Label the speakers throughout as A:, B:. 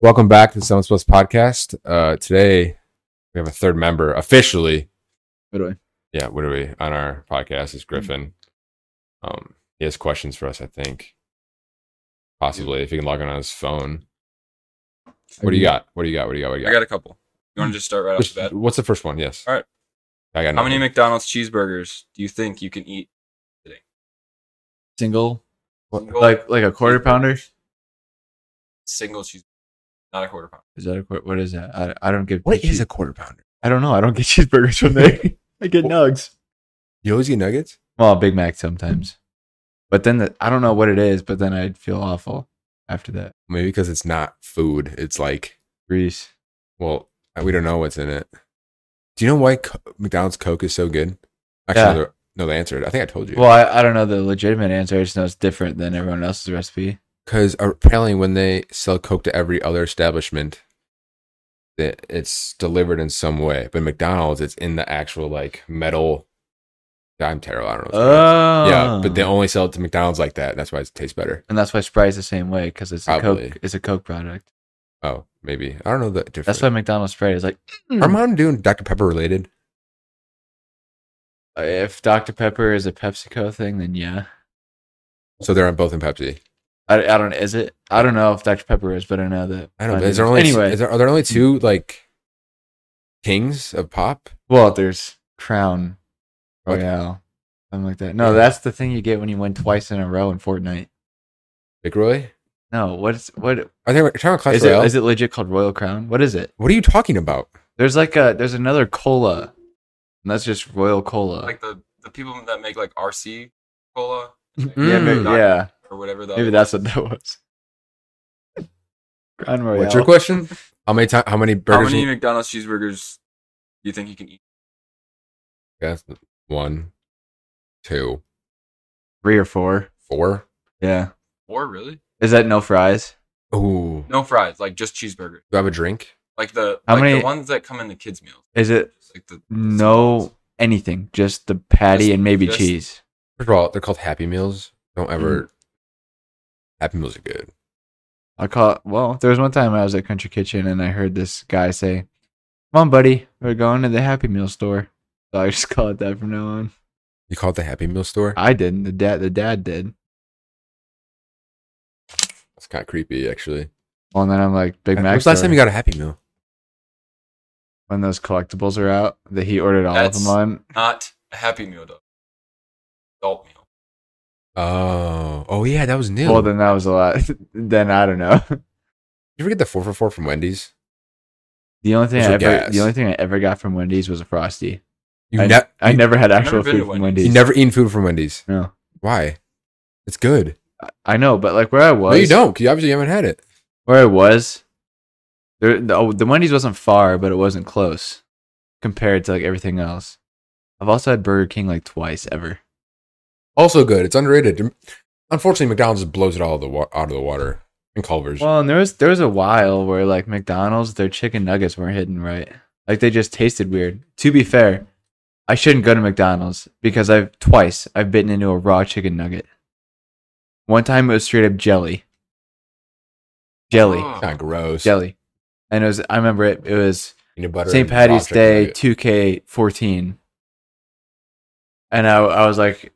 A: Welcome back to the Sounds Plus podcast. Uh, today we have a third member officially.
B: What do I?
A: Yeah, what are we on our podcast? Is Griffin? Um, he has questions for us, I think. Possibly, if he can log on on his phone. What do you got? What do you got? What do you got? What do you
B: I got a couple. You
C: Hmm.
B: want to just start right off
A: Which-
B: the bat?
A: What's the first one? Yes.
B: All right.
A: I got
B: How many
A: nothing.
B: McDonald's cheeseburgers do you think you can eat?
C: single
A: What-
B: Single,
C: like like a quarter pounder
B: single cheeseburger, not a quarter pound.
C: is that a quar- what is that i, I don't get
A: What is a quarter pounder?
C: i don't know i don't get cheeseburgers from there i get
A: Wha-
C: nugs
A: You always get nuggets.
C: well big mac sometimes but then the, i don't know what it is but then i'd feel awful after that
A: Maybe because it's not food. It's like,
C: grease
A: well, we don't know what's in it. Do you know why Co- McDonald's Coke is so good? Actually,
C: Yeah.
A: no, the- no, the answer. I think I told you.
C: well I, I don't know the legitimate answer i just know it's different than everyone else's recipe
A: Because apparently, when they sell Coke to every other establishment, that it's delivered in some way. But McDonald's, it's in the actual like metal. I'm terrible. I don't know. what
C: oh
A: it's called. yeah, but they only sell it to McDonald's like that. That's why it tastes better.
C: and that's why sprite's the same way because it's a
A: Probably.
C: coke it's a coke product
A: Oh, maybe I don't know the difference.
C: that's why mcdonald's sprite is like
A: Are mine doing Dr Pepper related?
C: "Mm." if dr pepper is a pepsico thing then yeah
A: So they're on both in Pepsi.
C: I, I don't is it I don't know if Dr Pepper is, but I know that
A: I don't. know. Is there only
C: anyway.
A: Is there, are there only two like kings of pop?
C: well, there's Crown
A: What?
C: Royale, something like that. No, that's the thing you get when you win twice in a row in Fortnite.
A: Big Roy?
C: No, what's what
A: Are they we're talking about Clash
C: is
A: Royale?
C: it? Is it legit called Royal Crown? What is it?
A: what are you talking about?
C: There's like a there's another cola, and that's just Royal Cola.
B: Like the, the people that make like RC cola
C: yeah,
A: Mm.
C: maybe,
B: Dr.
C: Mm-hmm. yeah,
B: or whatever. The
C: maybe
B: other-
C: that's what that was. Crown Royale.
A: What's your question? How many time, How many
B: How
A: burgers?
B: many
A: you-
B: McDonald's cheeseburgers do you think you can eat?
A: That's one, two,
C: Three or four.
A: four.
C: Yeah.
B: Or really?
C: Is that no fries?
A: Ooh.
B: No fries, like just cheeseburgers.
A: Do I have a drink?
B: Like the
C: How
B: like
C: many-
B: the ones that come in the kids' meals.
C: Is it
B: Just like the
C: No, anything. Just the patty
B: Just-
C: and maybe
B: just-
C: cheese.
A: First of all, they're called Happy Meals. Don't ever.
C: Mm.
A: Happy Meals are good.
C: I call it. Well, there was one time I was at Country Kitchen and I heard this guy say, "Come on, buddy, we're going to the Happy Meal store." So I just call it that from now on.
A: You call it the Happy Meal store?
C: I didn't. The dad, the dad did.
A: That's kind of creepy, actually.
C: Well, and then I'm like, Big
A: When
C: Mac.
A: was the last time
C: store,
A: you got a Happy Meal?
C: when those collectibles are out that he ordered all
B: That's-
C: of them on.
B: not a happy meal though. Adult meal.
A: Oh, oh yeah, that was new.
C: Well, then that was a lot. then I don't know.
A: you ever get the four for four from Wendy's?
C: The only thing
A: Those
C: I
A: are
C: ever,
A: gas.
C: the only thing I ever got from Wendy's was a frosty.
A: You,
C: I,
A: ne-
C: I
A: you-
C: never had
B: I've never
C: actual
B: been to
C: food from
B: Wendy's.
C: Wendy's.
A: You never eaten food from Wendy's.
C: No,
A: Why? It's good.
C: I know, but like where I was,
A: No, you don't. You obviously haven't had it.
C: where I was, there the, oh, the Wendy's wasn't far, but it wasn't close compared to like everything else. I've also had Burger King like twice ever.
A: Also good. It's underrated. Unfortunately, McDonald's just blows it all of the wa- out of the water. And Culver's.
C: Well, and there was there was a while where like McDonald's their chicken nuggets weren't hidden right, like they just tasted weird. To be fair, I shouldn't go to McDonald's because I've twice I've bitten into a raw chicken nugget. One time it was straight up jelly. Jelly,
B: Oh.
A: kind of gross.
C: jelly, and it was I remember it. It was
A: Peanut butter.
C: St.
A: and
C: Patty's
A: raw chicken
C: Day
A: nugget.
C: 2K14. And I, I was like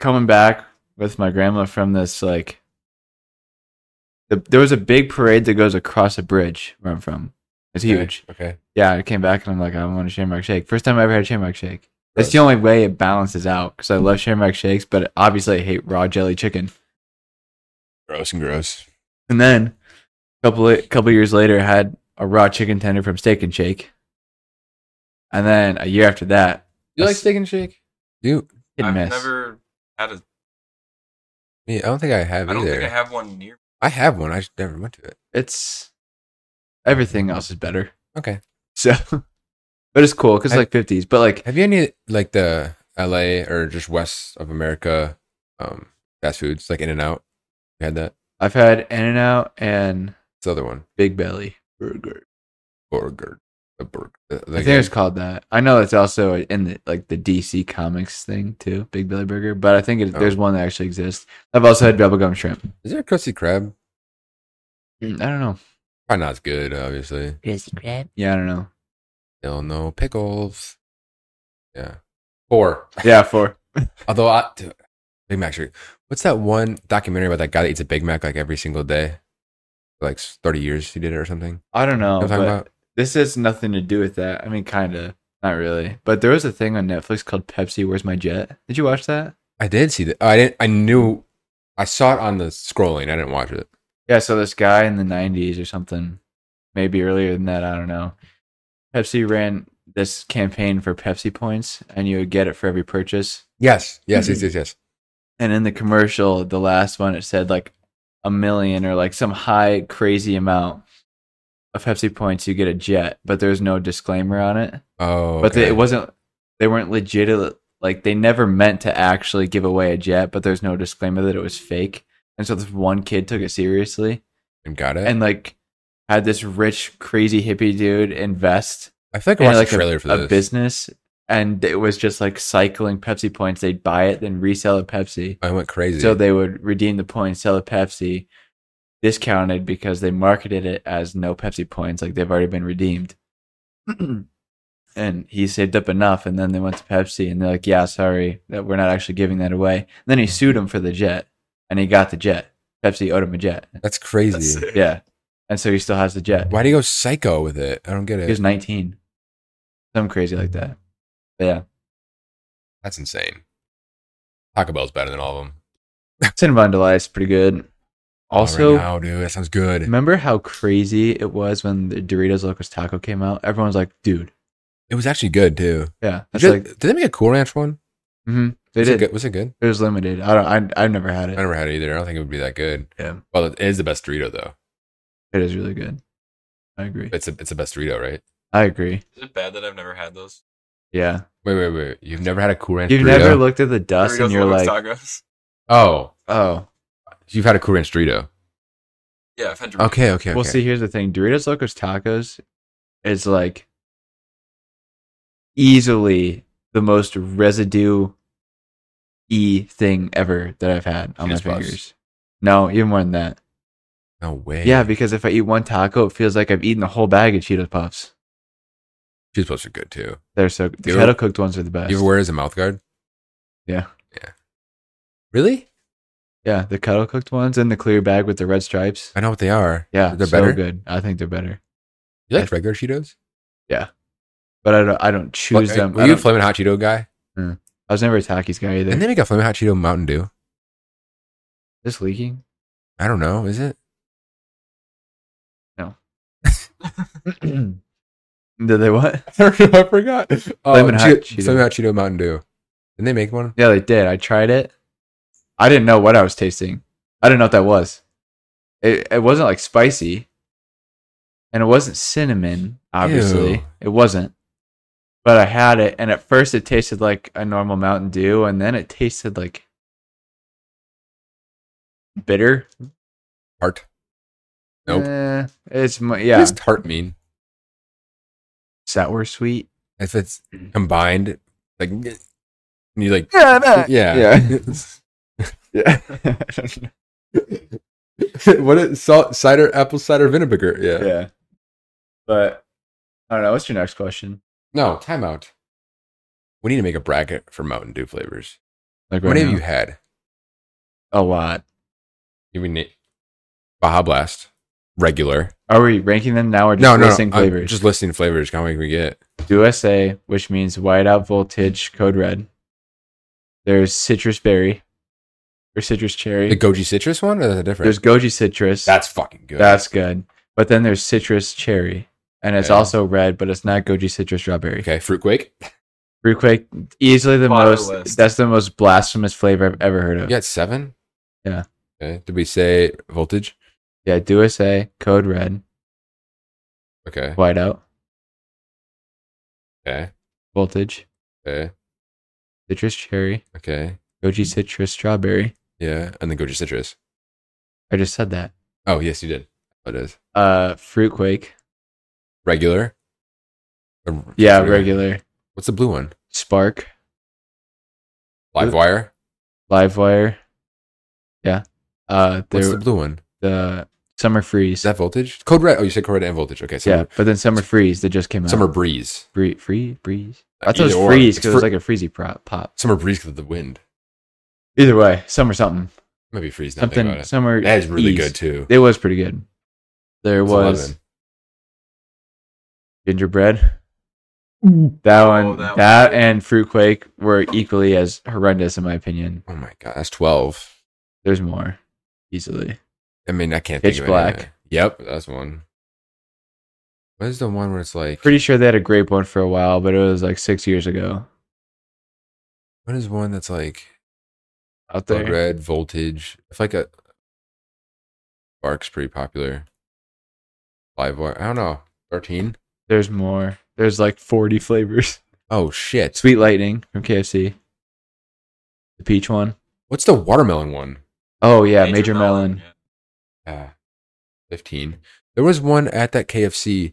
C: coming back with my grandma from this, like, the, there was a big parade that goes across a bridge where I'm from. It's
A: Okay,
C: huge.
A: Okay.
C: Yeah, I came back and I'm like, I want a Shamrock Shake. First time I ever had a Shamrock Shake. It's
A: Gross.
C: the only way it balances out because I love Shamrock Shakes, but obviously I hate raw jelly chicken.
A: Gross and gross.
C: And then a couple a couple years later, had a raw chicken tender from Steak and Shake. And then a year after that,
A: You like
C: Steak and Shake?
A: You?
C: Hit and
B: I've
C: miss.
B: never had a.
A: Me? I don't think I have
B: I don't
A: either.
B: think I have one near.
A: I have one. I just never went to it.
C: It's everything else is better.
A: Okay.
C: So, but it's cool because
A: I-
C: it's like fifties. But like,
A: Have you any like the L.A. or just west of America um, fast foods like In and Out? You had that.
C: I've had In and Out and
A: It's the other one.
C: Big Belly Burger.
A: Burger. The burger. The, the
C: I think it's called that. I know it's also in the like the DC Comics thing too, Big Belly Burger. But I think it,
A: Oh.
C: there's one that actually exists. I've also had bubblegum shrimp.
A: Is there a crusty crab?
C: Mm, I don't know.
A: Probably not as good, obviously.
D: Grizzly crab.
C: Yeah, I don't know.
A: Still no pickles. Yeah. Four.
C: Yeah, four.
A: Although I dude, Big Mac Street. What's that one documentary about that guy that eats a Big Mac like every single day? For like thirty years he did it or something.
C: I don't know.
A: You know what I'm
C: Oh, but
A: talking about?
C: This has nothing to do with that. I mean, kind of. Not really. But there was a thing on Netflix called Pepsi, Where's My Jet? Did you watch that?
A: I did see that. I didn't I knew I saw it on the scrolling. I didn't watch it.
C: Yeah, so this guy in the 90s or something, maybe earlier than that, I don't know. Pepsi ran this campaign for Pepsi points, and you would get it for every purchase.
A: Yes. Yes,
C: Mm-hmm.
A: yes, yes, yes.
C: And in the commercial, the last one, it said like a million or like some high, crazy amount of Pepsi points, you get a jet, but there's no disclaimer on it.
A: Oh
C: But they,
A: okay.
C: it wasn't, they weren't legit, uh, like they never meant to actually give away a jet, but there's no disclaimer that it was fake. And so this one kid took it seriously
A: and got it.
C: and like had this rich, crazy hippie dude invest
A: I feel like I
C: in
A: watched
C: like
A: the trailer
C: a,
A: for
C: a
A: this.
C: business, and it was just like cycling Pepsi points. They'd buy it, then resell a Pepsi.
A: I went crazy.
C: So they would redeem the points, sell a Pepsi, discounted because they marketed it as no Pepsi points, like they've already been redeemed. and he saved up enough, and then they went to Pepsi, and they're like, "Yeah, sorry, that we're not actually giving that away." And then he sued him for the jet, and he got the jet. Pepsi owed him a jet.
A: That's crazy.
B: That's sick.
C: Yeah. And so he still has the jet.
A: Why do you go psycho with it? I don't get
C: He was
A: it.
C: 19. Something crazy like that. But yeah.
A: That's insane. Taco Bell's better than all of them.
C: Cinnabon Delight is pretty good.
A: oh,
C: Also,
A: right now, dude, that sounds good.
C: remember how crazy it was when the Doritos Locos Taco came out? Everyone's like, dude.
A: It was actually good too.
C: Yeah. That's
A: Did,
C: like,
A: did they make a Cool Ranch one?
C: hmm They
A: was
C: did.
A: It good? Was it good?
C: It was limited. I don't, I, I've never had
A: I
C: it.
A: never had it either. I don't think it would be that good.
C: Yeah.
A: Well, it is the best Dorito though.
C: It is really good. I agree.
A: It's a, it's the best Dorito, right?
C: I agree.
B: Is it bad that I've never had those?
C: Yeah.
A: Wait, wait, wait. You've never had a Cool Ranch.
C: You've
A: Dorito?
C: never looked at the dust
B: Doritos
C: and you're
B: Locos
C: like,
B: tacos.
A: Oh,
C: oh.
A: you've had a Cool Ranch Dorito.
B: Yeah, I've had Doritos.
A: Okay, okay.
C: Well,
A: okay.
C: see, here's the thing: Doritos Locos Tacos is like easily the most residue e thing ever that I've had on
A: Cheese
C: my
A: buzz.
C: fingers. No, even more than that.
A: No way.
C: Yeah, because if I eat one taco, it feels like I've eaten the whole bag of Cheetos Puffs.
A: cheese puffs are good too.
C: They're so the
A: You ever-
C: kettle cooked ones are the best.
A: You ever wear it as a mouth guard?
C: Yeah.
A: Yeah. Really?
C: yeah, the kettle cooked ones in the clear bag with the red stripes.
A: I know what they are.
C: Yeah,
A: they're
C: so
A: better.
C: good. I think they're better,
A: You like regular Cheetos?
C: but I don't. I don't choose
A: Fla-
C: them.
A: uh, Were
C: I,
A: you a
C: don't-
A: flaming hot Cheeto guy?
C: I was never a Takis guy either.
A: Didn't they make a flaming hot Cheeto Mountain Dew?
C: This leaking?
A: I don't know. Is it?
C: Did they what?
A: I don't know. I forgot. Oh,
C: Flamin' Hot
A: Cheet-
C: Cheeto.
A: Flamin' Hot Cheeto Mountain Dew. Didn't they make one?
C: Yeah, they did. I tried it. I didn't know what I was tasting. I didn't know what that was. It it wasn't like spicy, and it wasn't cinnamon. Obviously,
A: Ew.
C: it wasn't. But I had it, and at first it tasted like a normal Mountain Dew, and then it tasted like bitter.
A: Tart. Nope.
C: Eh, it's mo-
A: What
C: yeah,
A: does tart mean?
C: sour sweet.
A: If it's combined, like and you like,
C: Yeah,
A: yeah,
C: yeah.
A: what is salt cider apple cider vinegar? Yeah.
C: yeah. But I don't know. What's your next question?
A: No timeout. We need to make a bracket for Mountain Dew flavors.
C: Like
A: what
C: right
A: have
C: now?
A: you had?
C: A lot.
A: You mean Baja Blast, regular?
C: Are we ranking them now or just
A: no, no,
C: listing
A: no. I'm
C: flavors?
A: Just listing flavors. How many can we get?
C: USA, which means whiteout voltage code red. There's citrus berry or citrus cherry.
A: The goji citrus one, or is that different?
C: there's goji citrus.
A: That's fucking good.
C: that's good. But then there's citrus cherry, and it's
A: Okay.
C: also red, but it's not goji citrus strawberry.
A: okay. Fruitquake.
C: Fruitquake, easily the
B: Bottom
C: most.
B: list.
C: That's the most blasphemous flavor I've ever heard of.
A: You got seven?
C: Yeah.
A: Okay. Did we say voltage?
C: Yeah, USA, code red,
A: Okay.
C: whiteout,
A: Okay.
C: voltage,
A: Okay.
C: citrus cherry,
A: Okay.
C: goji citrus strawberry.
A: Yeah. And then goji citrus.
C: I just said that.
A: Oh, yes, you did. It is.
C: Uh, fruitquake.
A: Regular? The-
C: Yeah, regular.
A: What's the blue one?
C: Spark,
A: Live wire?
C: Livewire. Yeah. Uh,
A: What's the
C: there
A: blue one?
C: the Summer Freeze.
A: Is that voltage? Code red. Oh, you said code red and voltage. Okay.
C: yeah,
A: Summer,
C: but then Summer Freeze that just came out.
A: summer breeze.
C: Bree- free breeze. I thought it
A: Either
C: was
A: or.
C: freeze
A: It's
C: because it was
A: fr-
C: like a freezy prop, pop.
A: Summer breeze because of the wind.
C: Either way, summer something,
A: Maybe freeze. Now Something.
C: something,
A: About it.
C: summer.
A: That is really
C: ease.
A: good too.
C: It was pretty good. There
A: It's
C: was
A: 11.
C: gingerbread. That
B: Oh,
C: one,
B: that
C: that,
B: one.
C: and fruit quake were equally as horrendous in my opinion.
A: Oh my god, that's twelve.
C: There's more, easily.
A: I mean, I can't
C: Pitch
A: think of
C: Black.
A: any. Yep, that's one. What is the one where it's like?
C: Pretty sure they had a grape one for a while, but it was like six years ago.
A: What is one that's like
C: Out
B: Oh,
C: there,
A: code red voltage? It's like a Bark's pretty popular. Live wire. I don't know. Thirteen.
C: there's more. There's like 40 flavors.
A: Oh shit.
C: Sweet lightning from KFC. The peach one.
A: What's the watermelon one?
C: Oh yeah, major, melon.
B: yeah.
A: Uh, Fifteen. There was one at that KFC.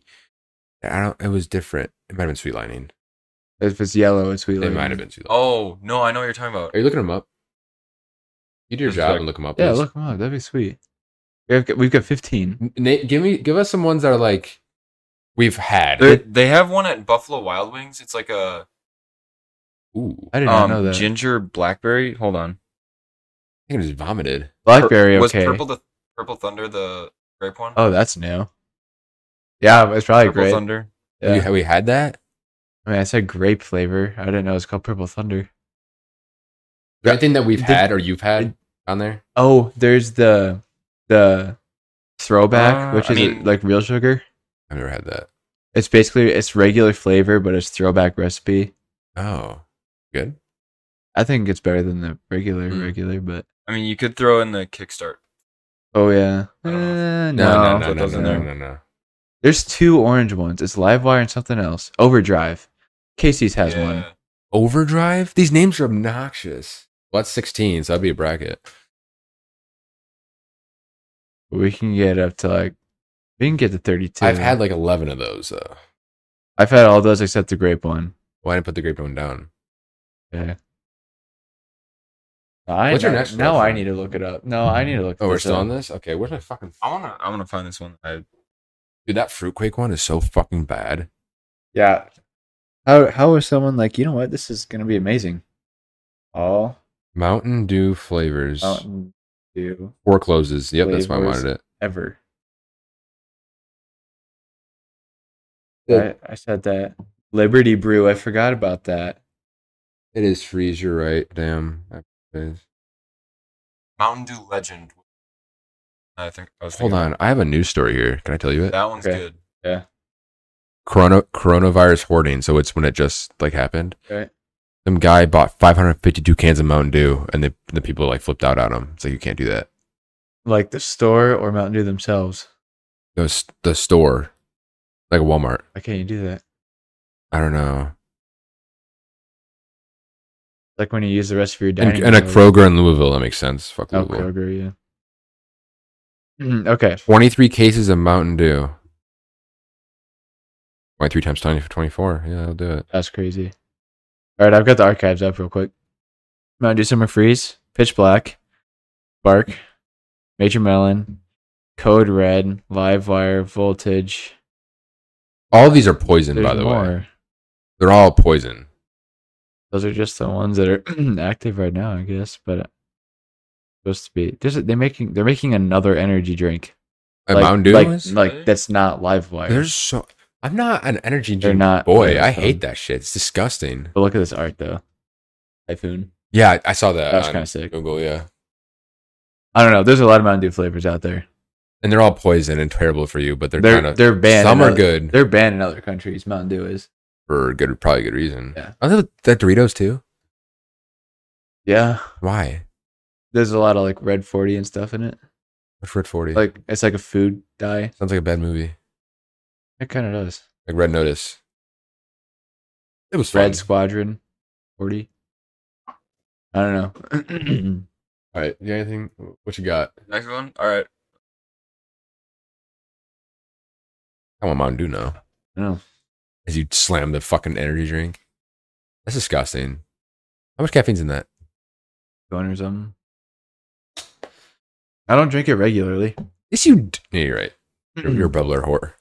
A: that I don't. It was different. It might have been sweet lightning.
C: If it's yellow, it's sweet
A: It
C: lightning.
A: might have been sweet. Lightning.
B: Oh no, I know what you're talking about.
A: Are you looking them up? You do your
B: Just
A: job
B: like-
A: and look them up.
C: Yeah,
A: please.
C: look 'em up. That'd be sweet. We've got, we've got 15.
A: N- Nate, give me give us some ones that are like we've had.
B: They, they have one at Buffalo Wild Wings. It's like a
A: Ooh, I
C: I didn't know
B: um,
C: that.
B: ginger blackberry. Hold on.
A: think I just vomited.
C: Blackberry,
B: Pur- was
C: okay.
B: purple the purple thunder the grape one?
C: oh, that's new. Yeah, it's probably
B: purple
C: great.
B: thunder.
A: Yeah.
C: Yeah.
A: have we had that?
C: I mean, I said grape flavor. I didn't know it's called Purple Thunder.
A: Is there anything that we've
C: Did-
A: had or you've had on there?
C: Oh, there's the the throwback,
B: Uh,
C: which
B: I
C: is
B: mean-
C: like real sugar.
A: I've never had that.
C: It's basically it's regular flavor, but it's throwback recipe.
A: Oh, good.
C: I think it's better than the regular
A: Hmm.
B: Mm.
C: regular, but
B: I mean, you could throw in the kickstart.
C: oh yeah,
B: I don't
A: No,
C: Eh, no,
A: no, no,
B: Put
A: no,
B: those
A: no,
B: in
A: no,
B: there.
A: no, no.
C: There's two orange ones. It's Livewire and something else. Overdrive. Casey's has
B: Yeah.
C: one.
A: Overdrive. These names are obnoxious. Well, that's sixteen, so that'd be a bracket.
C: We can get up to like we can get to 32.
A: I've had like eleven of those though.
C: I've had all those except the grape one.
A: Why didn't I put the grape one down?
C: Yeah. I
A: What's your
C: now-
A: next
C: Now
A: one?
C: I need to look it up. No, I need to look.
A: Oh, we're
C: this
A: still
C: up.
A: on this. Okay, where's my fucking
B: I wanna. I wanna find this one. I,
A: dude? That fruitquake one is so fucking bad.
C: Yeah. How how is someone like you know what this is gonna be amazing? All
A: Mountain Dew flavors.
C: Mountain Dew
A: Four closes. Yep, that's why I
C: Flavors.
A: wanted it.
C: ever.
A: The-
C: I, I said that Liberty Brew. I forgot about that.
A: It is freeze. You're right. Damn. I apologize.
B: Mountain Dew Legend. I think. I was
A: Hold
B: thinking
A: on, I have a news story here. Can I tell you it?
B: That one's
C: Okay.
B: good.
A: Corona coronavirus hoarding. So it's when it just like happened.
C: Right.
A: Some guy bought 552 cans of Mountain Dew, and the the people like flipped out on him. It's like you can't do that.
C: Like the store or Mountain Dew themselves.
A: It was the store, like a Walmart.
C: Why can't you do that?
A: I don't know.
C: Like when you use the rest of your
A: And,
C: dining
A: and a
C: room.
A: Kroger in Louisville. That makes sense. Fuck
C: Oh,
A: Louisville.
C: Kroger, yeah. Mm, okay.
A: 23 cases of Mountain Dew. Why three times 20 for 24? Yeah, that'll do it.
C: That's crazy. All right, I've got the archives up real quick. Mountain Dew Summer Freeze, Pitch Black, Bark, Major Melon, Code Red, Live Wire, Voltage.
A: All these are poison, by
C: There's
A: the way.
C: more.
A: They're all poison.
C: Those are just the ones that are active right now, I guess. But uh, supposed to be there's a, they're making they're making another energy drink.
A: And
C: like,
A: Mountain Dew
C: like,
A: is?
C: like that's not Live Wire.
A: There's so I'm not an energy
C: They're
A: drink
C: not
A: boy.
C: really
A: I
C: fun.
A: hate that shit. It's disgusting.
C: but look at this art though. Typhoon.
A: Yeah, I- I saw that.
C: That's
A: on
C: kinda sick.
A: Google, yeah.
C: I don't know. There's a lot of Mountain Dew flavors out there.
A: And they're all poison and terrible for you, but they're,
C: They're they're,
A: kind of
C: banned.
A: some
C: in
A: are
C: other-
A: good
C: They're banned in other countries. Mountain Dew is.
A: for good probably good reason.
C: Yeah.
A: I thought that Doritos too.
C: Yeah.
A: Why?
C: There's a lot of like Red 40 and stuff in it.
A: What's Red Forty?
C: Like it's like a food dye.
A: sounds like a bad movie.
C: It kind of does.
A: Like Red Notice. It was fun.
C: Red Squadron 40. I don't know.
A: All right, you got anything? What you got?
B: Next one. All right.
A: I want Mountain Dew now.
C: I don't know.
A: As you slam the fucking energy drink. That's disgusting. How much caffeine's in that?
C: Going or something. I don't drink it regularly.
A: Yes, you. D- yeah, you're right. You're, you're a bubbler whore.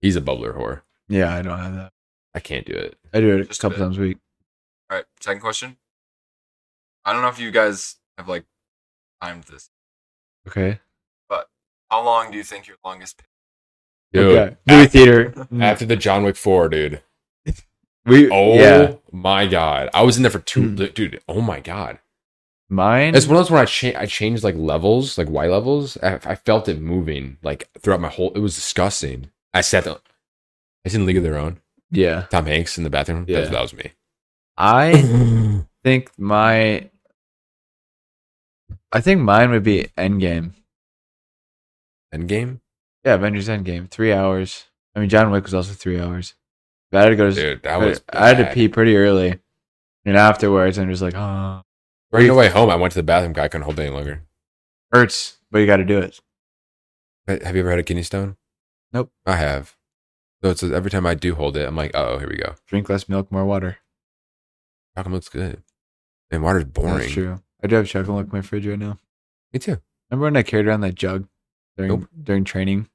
A: He's a bubbler whore.
C: Yeah, I don't have that.
A: I can't do it.
C: I do it
B: Just
C: a
B: a
C: couple
B: bit.
C: times a week.
B: All right, second question. I don't know if you guys have like timed this.
C: Okay.
B: How long do you think your longest pick?
A: Dude,
C: okay. Movie theater. Mm.
A: after the John Wick four, dude.
C: we.
A: Oh
C: Yeah. Hmm.
A: my god, I was in there for two, dude. Oh my god,
C: Mine.
A: it's one of those when I cha- I changed like levels, like Y levels. I, I felt it moving like throughout my whole. It was disgusting. I sat down. I seen League of Their Own.
C: yeah.
A: Tom Hanks in the bathroom. That, was, that was me.
C: I think my I think mine would be Endgame.
A: Endgame,
C: Yeah, Avengers Endgame. Three hours. I mean John Wick was also three hours. But I had to go to
A: dude. That was.
C: I had to
A: bad.
C: pee pretty early. And afterwards I'm just like, oh
A: Right on the way home, I went to the bathroom. I couldn't hold it any longer.
C: hurts, but you gotta do it.
A: But Uh, Have you ever had a kidney stone?
C: Nope.
A: I have. So it's every time I do hold it, I'm like, oh, here we go.
C: Drink less milk, more water.
A: Chocolate looks good, and water's boring.
C: That's true. I do have chocolate milk in my fridge right now.
A: Me too.
C: Remember when I carried around that jug during
A: Nope.
C: during training?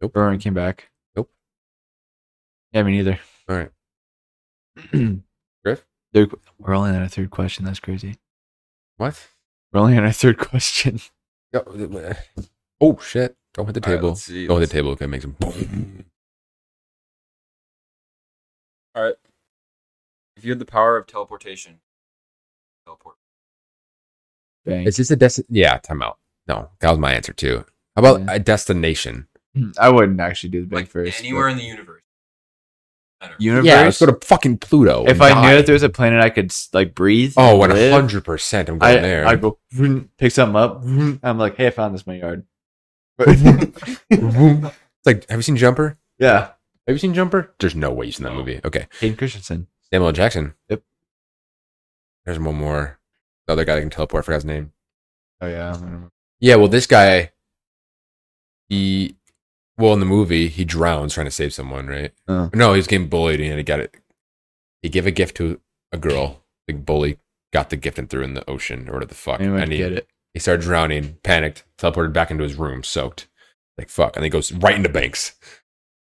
A: Nope.
C: Or when I came back?
A: Nope.
C: Yeah, me neither.
A: All right.
C: Griff?
A: Griff?
C: Third, we're only on our third question. That's crazy.
A: What?
C: We're only on our third question.
A: Yo, th- wha- Oh shit! Don't hit the
B: All right,
A: table.
B: let's see,
A: Don't hit
B: let's
A: the table. Okay, make some boom.
B: All right. If you had the power of teleportation, teleport.
C: Bang.
A: Is this a destination? Yeah, time out. No, that was my answer too. How about
C: Yeah.
A: a destination?
C: I wouldn't actually do the bang
B: Like
C: first. but-
B: anywhere in the universe. Better.
C: Universe?
A: Yeah, let's go to fucking Pluto.
C: if
A: and
C: I
A: die.
C: knew that there was a planet I could like breathe.
A: oh,
C: and
A: one
C: live,
A: hundred percent. I'm going
C: I,
A: there.
C: I go vroom, pick something up. vroom, I'm like, hey, I found this in my yard.
A: it's like, have you seen Jumper?
C: yeah.
A: Have you seen Jumper? There's no way you've seen that
B: No.
A: movie. Okay,
C: Hayden Christensen.
A: Samuel L. Jackson.
C: Yep.
A: There's one more. The other guy that can teleport. I forgot his name.
C: Oh yeah. I remember.
A: Yeah, well, this guy, he, well, in the movie, he drowns trying to save someone, right?
C: Uh.
A: No, he was getting bullied and he got it. He gave a gift to a girl. The bully got the gift and threw it in the ocean or whatever the fuck.
C: Anyone
A: and he,
C: get it?
A: he started drowning, panicked, teleported back into his room, soaked. Like, fuck. And he goes right into Banks.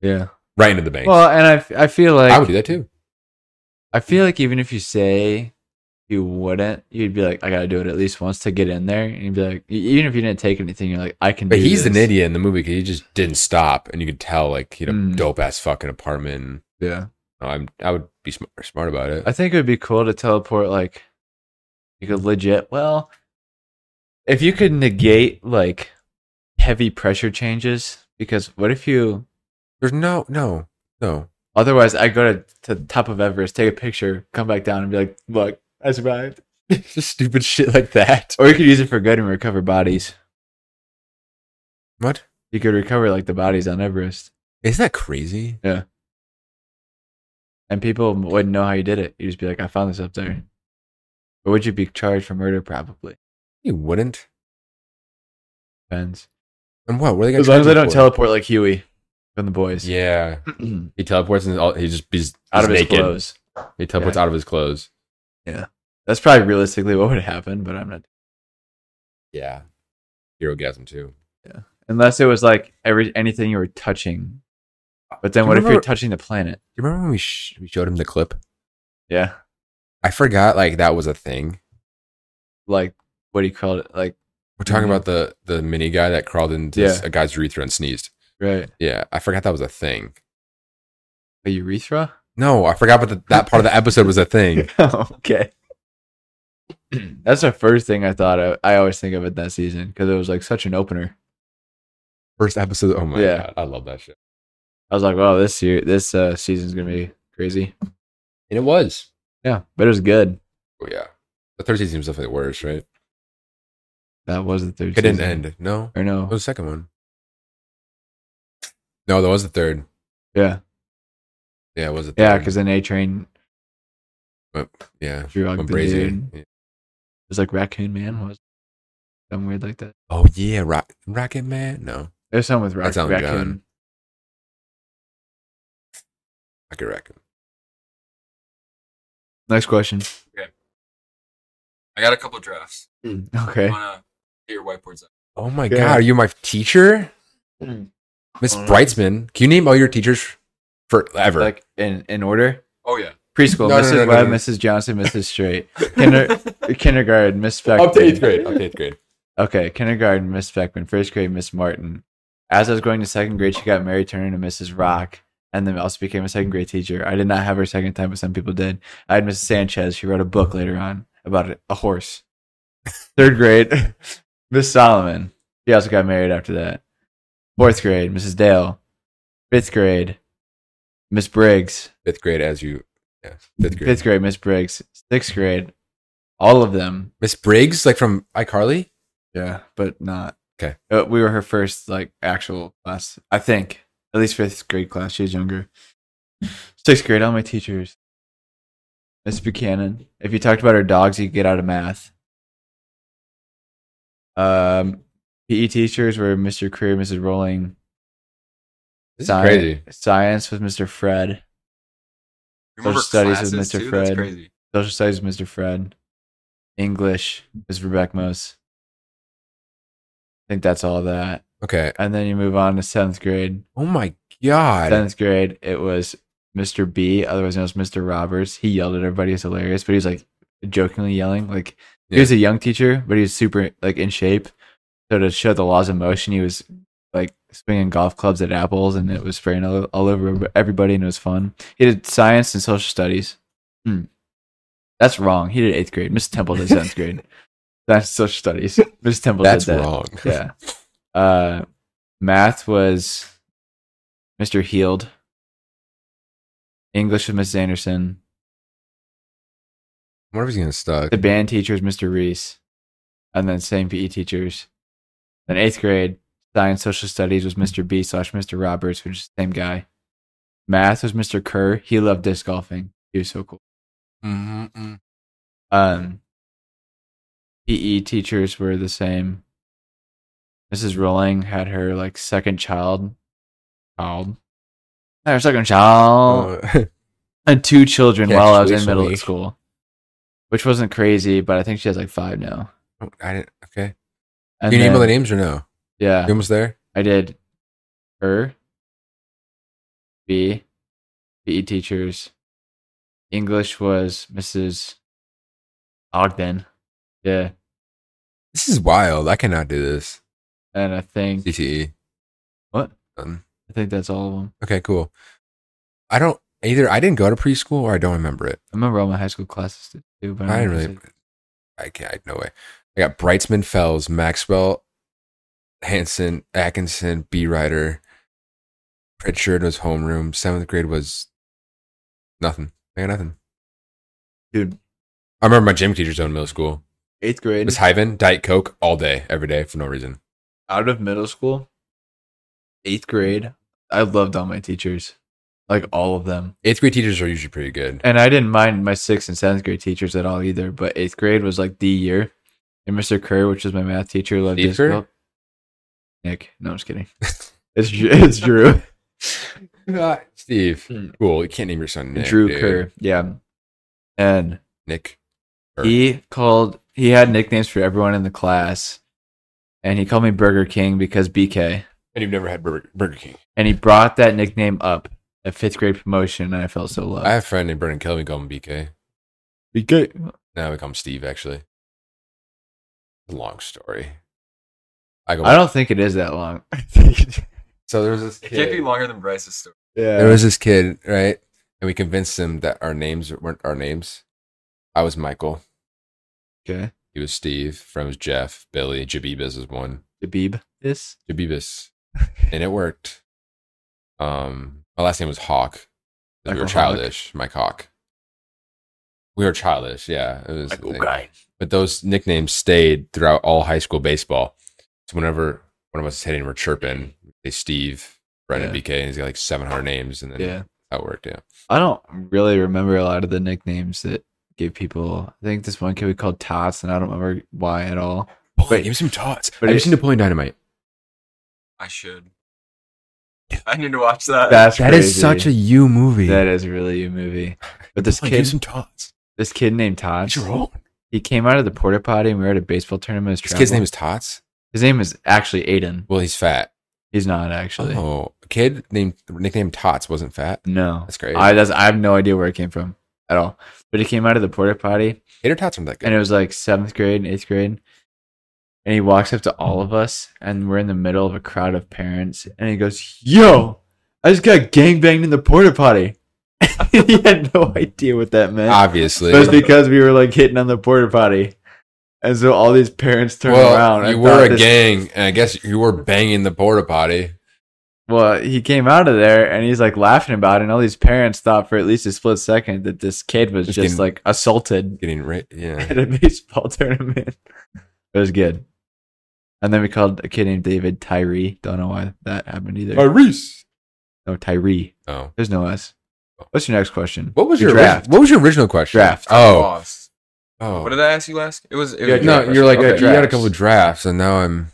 C: Yeah.
A: Right into the Banks.
C: Well, and I, f- I feel like
A: I would do that too.
C: I feel like even if you say you wouldn't, you'd be like, I gotta do it at least once to get in there, and you'd be like, e- even if you didn't take anything, you're like, I can.
A: But
C: do
A: he's an
C: this.
A: idiot in the movie because he just didn't stop. And you could tell, like, he had a
C: Mm.
A: dope ass fucking apartment.
C: Yeah,
A: No, I'm, I would be smart, smart about it.
C: I think it would be cool to teleport. Like, you could legit. Well, if you could negate like heavy pressure changes, because what if you?
A: There's no, no, no.
C: Otherwise, I go to, to the top of Everest, take a picture, come back down, and be like, look, I survived.
A: just stupid shit like that.
C: Or you could use it for good and recover bodies.
A: What?
C: You could recover like the bodies on Everest.
A: Isn't that crazy?
C: and people m- wouldn't know how you did it. You'd just be like, I found this up there. Or would you be charged for murder? Probably.
A: You wouldn't.
C: Depends.
A: And what? What are they gonna
C: As long as
A: charge
C: I
A: you
C: don't
A: for?
C: teleport like Huey from the boys.
A: Yeah, he teleports and all, he just he's,
C: out of
A: he's
C: his
A: naked.
C: clothes.
A: He teleports out of his clothes.
C: That's probably realistically what would happen, but I'm not.
A: Yeah, hero gasm too.
C: Unless it was like every anything you were touching. But then
A: Do you
C: what if you're
A: remember-
C: touching the planet?
A: Do you remember when we sh- we showed him the clip?
C: Yeah.
A: I forgot like that was a thing.
C: Like, what do you call it? Like,
A: We're talking
C: Mhm.
A: about the the mini guy that crawled into
C: Yeah.
A: a guy's urethra and sneezed.
C: right.
A: Yeah, I forgot that was a thing.
C: A urethra?
A: No, I forgot, but the, that part of the episode was a thing.
C: okay. That's the first thing I thought of. I always think of it that season because it was like such an opener.
A: First episode. Oh my
C: Yeah.
A: god, I love that shit.
C: I was like, "Wow, this year, this uh, season's gonna be crazy."
A: And it was.
C: Yeah, but it was good.
A: Oh yeah, the third season was definitely worse, right?
C: That was the third.
A: It didn't
C: season.
A: end. No, That
C: or no?
A: was the second one. No, that was the third.
C: Yeah,
A: Yeah, it was the third.
C: yeah, because then A Train
A: yeah,
C: drew out the
A: went
C: dude.
A: crazy.
C: It was like Raccoon Man was something weird like that.
A: Oh yeah, Rock, Rocket Man. No,
C: There's something with Rock,
A: That's Alan
C: Raccoon.
A: John. Rocket Raccoon.
C: Next question.
B: I got a couple drafts.
C: Okay.
A: Hmm.
B: I wanna get your whiteboards up.
A: Oh my
C: Yeah.
A: god, are you my teacher?
C: Mm.
A: Miss
B: Oh, no.
A: Brightsman, can you name all your teachers forever?
C: Like in in order.
B: Oh yeah.
C: Preschool,
A: No, no,
C: Mrs.
A: no, no,
C: Webb,
A: no.
C: Mrs. Johnson, Mrs. Straight. Kinder, kindergarten, Miss Beckman.
A: up to eighth grade. Up to eighth grade.
C: Okay, kindergarten, Miss Beckman. First grade, Miss Martin. As I was going to second grade, she got married, turned into Mrs. Rock, and then also became a second grade teacher. I did not have her second time, but some people did. I had Mrs. Sanchez. She wrote a book later on about a, a horse. Third grade, Miss Solomon. She also got married after that. Fourth grade, Mrs. Dale. Fifth grade, Miss Briggs.
A: Fifth grade, as you. Yeah, fifth grade.
C: Fifth grade, Miss Briggs. Sixth grade, all of them.
A: Miss Briggs, like from iCarly.
C: Yeah, but not.
A: Okay.
C: Uh, we were her first like actual class, I think. At least fifth grade class. She was younger. Sixth grade, all my teachers. Miss Buchanan. If you talked about her dogs, you get out of math. Um, PE teachers were Mr. Career, Mrs. Rowling.
A: This
C: Sci-
A: is crazy.
C: Science was Mr. Fred.
B: Remember
C: studies with
B: classes
C: Mr.
B: too?
C: Fred.
B: That's crazy.
C: Social studies, Mr. Fred. English, Ms. Rebecca Mose. I think that's all that.
A: Okay.
C: And then you move on to seventh grade.
A: Oh my god.
C: Seventh grade, it was Mr. B, otherwise known as Mr. Roberts. He yelled at everybody. It's hilarious, but he was like jokingly yelling. Like he
A: Yeah.
C: was a young teacher, but he was super like in shape. So to show the laws of motion, he was like swinging golf clubs at apples, and it was spraying all, all over everybody, and it was fun. He did science and social studies. Hmm. That's wrong. He did eighth grade. Miss Temple did seventh grade. That's social studies. Miss Temple
A: That's
C: did that
A: wrong.
C: yeah. Uh, math was Mr. Heald. English was Miss Anderson.
A: I wonder if he's gonna stuck.
C: The band teachers, Mr. Reese, and then same PE teachers. Then eighth grade science social studies was Mr. B slash Mr. Roberts, which is the same guy. Math was Mr. Kerr. He loved disc golfing. He was so cool.
A: Mm-hmm.
C: Um, PE teachers were the same. Mrs. Rowling had her like second child, child, her second child, and two children
A: Oh. Yeah,
C: while I was in
A: she's
C: middle
A: weak.
C: school, which wasn't crazy, but I think she has like five now.
A: I didn't. Okay.
C: And
A: you name all the
C: then-
A: names or no?
C: Yeah,
A: You almost there.
C: I did. Her, B, PE teachers. English was Mrs. Ogden. Yeah,
A: This is wild. I cannot do this.
C: and I think
A: CTE.
C: What?
A: Done.
C: I think that's all of them.
A: Um, Okay. Cool. I don't either. I didn't go to preschool, or I don't remember it.
C: I remember all my high school classes did too, but
A: I
C: don't
A: didn't really. I can't. I, no way. I got Brightsman, Fells, Maxwell, Hanson, Atkinson, B. Ryder. Pritchard was homeroom. Seventh grade was nothing. I got nothing.
C: Dude,
A: I remember my gym teachers in middle school.
C: eighth grade
A: Miss Hyven, Diet Coke all day, every day for no reason.
C: out of middle school. Eighth grade, I loved all my teachers, like all of them,
A: Eighth grade teachers are usually pretty good.
C: and I didn't mind my sixth and seventh grade teachers at all either. But eighth grade was like the year, and Mr. Kerr, which was my math teacher, loved
A: Steve
C: disc
A: Kerr?
C: golf. Nick, no, I'm just kidding. it's Dr- it's Drew,
A: Steve,
C: Hmm.
A: cool. You can't name your son Nick.
C: Drew
A: dude.
C: Kerr, yeah, and
A: Nick. Or-
C: He called. He had nicknames for everyone in the class, and he called me Burger King because BK.
A: And you've never had Burger, Burger King.
C: And he brought that nickname up at fifth grade promotion, and I felt so loved.
A: I have a friend named Brendan Kelly. We call him BK.
C: BK.
A: Now we call him Steve, actually. Long story. I go.
C: I don't think it is that long. yeah.
A: so there was this
B: It
A: kid.
B: can't be longer than Bryce's story.
A: There was this kid, right? And we convinced him that our names weren't our names. I was Michael.
C: okay.
A: He was Steve. Friend was Jeff. Billy. Jabibas was one.
C: Jabib. This.
A: Jabibas. and it worked. Um, my last name was Hawk. 'cause We
C: Michael
A: were
C: Hawk.
A: childish. Mike Hawk. We were childish. Yeah. It was like- but those nicknames stayed throughout all high school baseball. So whenever one of us is hitting, we're chirping. They Steve, Brendan,
C: Yeah.
A: BK, and he's got like 700 names, and then
C: Yeah.
A: that worked. Yeah,
C: I don't really remember a lot of the nicknames that give people. I think this one kid we called Tots, and I don't remember why at all. Wait.
A: give me some tots.
C: But
A: But I've
C: it's-
A: seen Napoleon Dynamite.
B: I should. I need to watch that.
C: That's
A: That is such a you movie.
C: That is really a movie. But this
A: Napoleon, give me
C: kid,
A: some tots.
C: this kid named Tots.
A: It's your own.
C: He came out of the porta potty and we were at a baseball tournament. as
A: This kid's
C: travel.
A: name is Tots.
C: His name is actually Aiden.
A: Well, he's fat.
C: He's not actually.
A: Oh, a kid named nicknamed Tots wasn't fat.
C: No,
A: That's crazy.
C: Mm. I that's I have no idea where it came from at all. But it came out of the porta potty,
A: Hater Tots aren't that good.
C: and it was like seventh grade and eighth grade. And he walks up to all of us, and we're in the middle of a crowd of parents, and he goes, "Yo, I just got gangbanged in the porta potty." he had no idea what that meant.
A: Obviously.
C: But it's because we were like hitting on the porta potty, and so all these parents turned
A: well,
C: around.
A: you
C: and
A: were
C: thought
A: a
C: this-
A: gang, and I guess you were banging the porta potty.
C: Well, he came out of there and he's like laughing about it, and all these parents thought for at least a split second that this kid was
A: Just
C: just
A: getting-
C: like assaulted
A: Getting right, yeah.
C: at a baseball tournament. It was good. And then we called a kid named David Tyree. Don't know why that happened either.
A: Tyrese.
C: no, Tyree.
A: Oh,
C: There's no S. What's your next question?
A: what was
C: Your
A: your
C: draft.
A: ori- what was your original question?
C: Draft.
A: Oh,
B: Lost.
A: oh.
B: What did I ask you last? It was. It was
C: Yeah,
B: a
A: no,
B: draft
A: you're like
B: question.
A: uh,
B: Okay.
A: you had a couple of drafts, and now I'm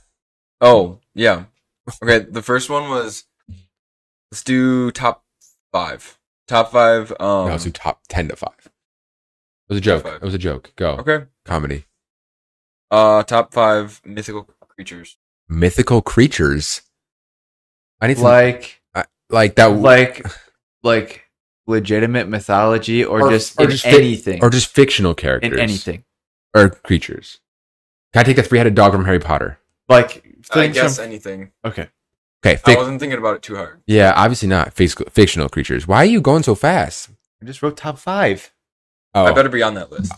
B: Oh yeah. Okay. The first one was. Let's do top five. Top five. Um.
A: no, it's a top ten to five. It was a joke.
B: Five.
A: It was a joke. Go
B: okay.
A: comedy.
B: Uh, top five mythical creatures.
A: Mythical creatures. I need some, like,
C: Like,
A: that.
C: like, like legitimate mythology or,
A: Or-
C: just,
A: or
C: in
A: just fi-
C: anything?
A: or just fictional characters
C: in anything.
A: or creatures. Can I take the three-headed dog from Harry Potter?
C: Like,
B: I
C: things
B: guess
C: from-
B: anything.
C: okay.
A: Okay,
B: I
A: fic-
B: wasn't thinking about it too hard.
A: yeah, obviously not fic- fictional creatures. Why are you going so fast?
C: I just wrote top five.
A: Oh,
B: I better be on that list.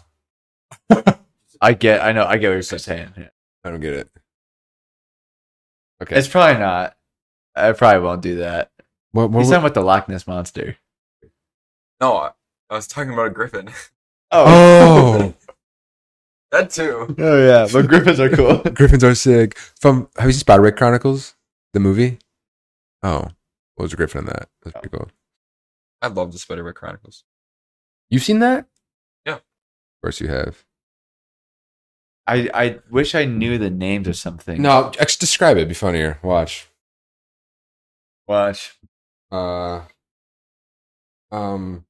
C: I get, I know, I get what you're saying. Yeah.
A: I don't get it. Okay,
C: It's probably not. I probably won't do that.
A: what, what,
C: He's talking about the Loch Ness monster.
B: No, I, I was talking about a griffin.
A: oh,
B: that too.
C: oh yeah, but griffins are cool.
A: Griffins are sick. From have you seen Spider Rick Chronicles, the movie? Oh, what was a Griffin in that? That's pretty cool.
B: I love the Spiderwick Chronicles.
A: You've seen that?
B: Yeah.
A: Of course you have.
C: I, I wish I knew the names of something.
A: No, ex- describe it. It'd Be funnier. Watch.
C: watch.
A: Uh, um,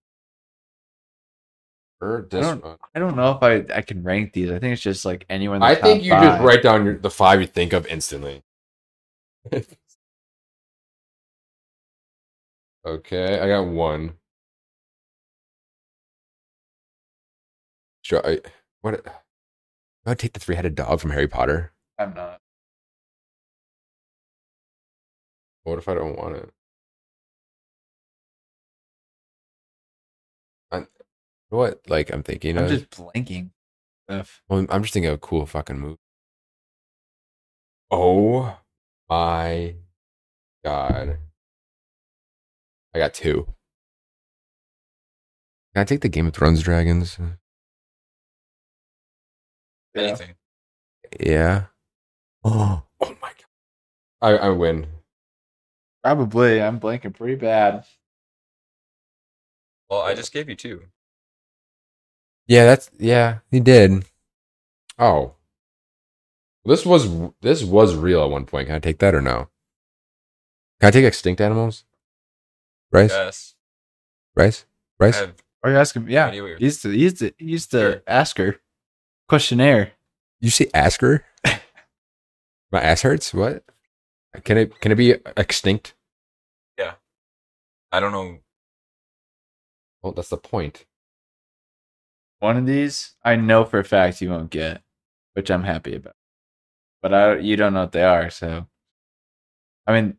A: or
C: I
A: this
C: don't-
A: one.
C: I don't know if I, I can rank these. I think it's just like anyone.
A: I think you just write down your, the five you think of instantly. okay, I got one. Sure. I, what? Do I take the three-headed dog from Harry Potter?
C: I'm not.
A: What if I don't want it? I, what? Like I'm thinking.
C: I'm
A: of-
C: just blanking. Stuff.
A: Well, I'm just thinking of a cool fucking movie. Oh my god. I got two. Can I take the Game of Thrones dragons?
C: Yeah.
B: Anything.
A: Yeah. Oh, oh my god. I, I win.
C: Probably. I'm blanking pretty bad.
B: Well, I just gave you two.
A: Yeah, that's yeah, he did. Oh. This was this was real at one point. Can I take that or no? Can I take extinct animals? Rice?
B: Yes.
A: Rice?
B: I
A: Rice?
B: have
C: Are you asking?
B: no
C: Yeah.
B: idea what you're-
C: He's the he's the he's the
B: Sure.
C: asker. Questionnaire.
A: You say ask her? My ass hurts. What? Can it can it be extinct?
B: I don't know.
A: Well, that's the point.
C: One of these, I know for a fact you won't get, which I'm happy about. But I, you don't know what they are, so. I mean,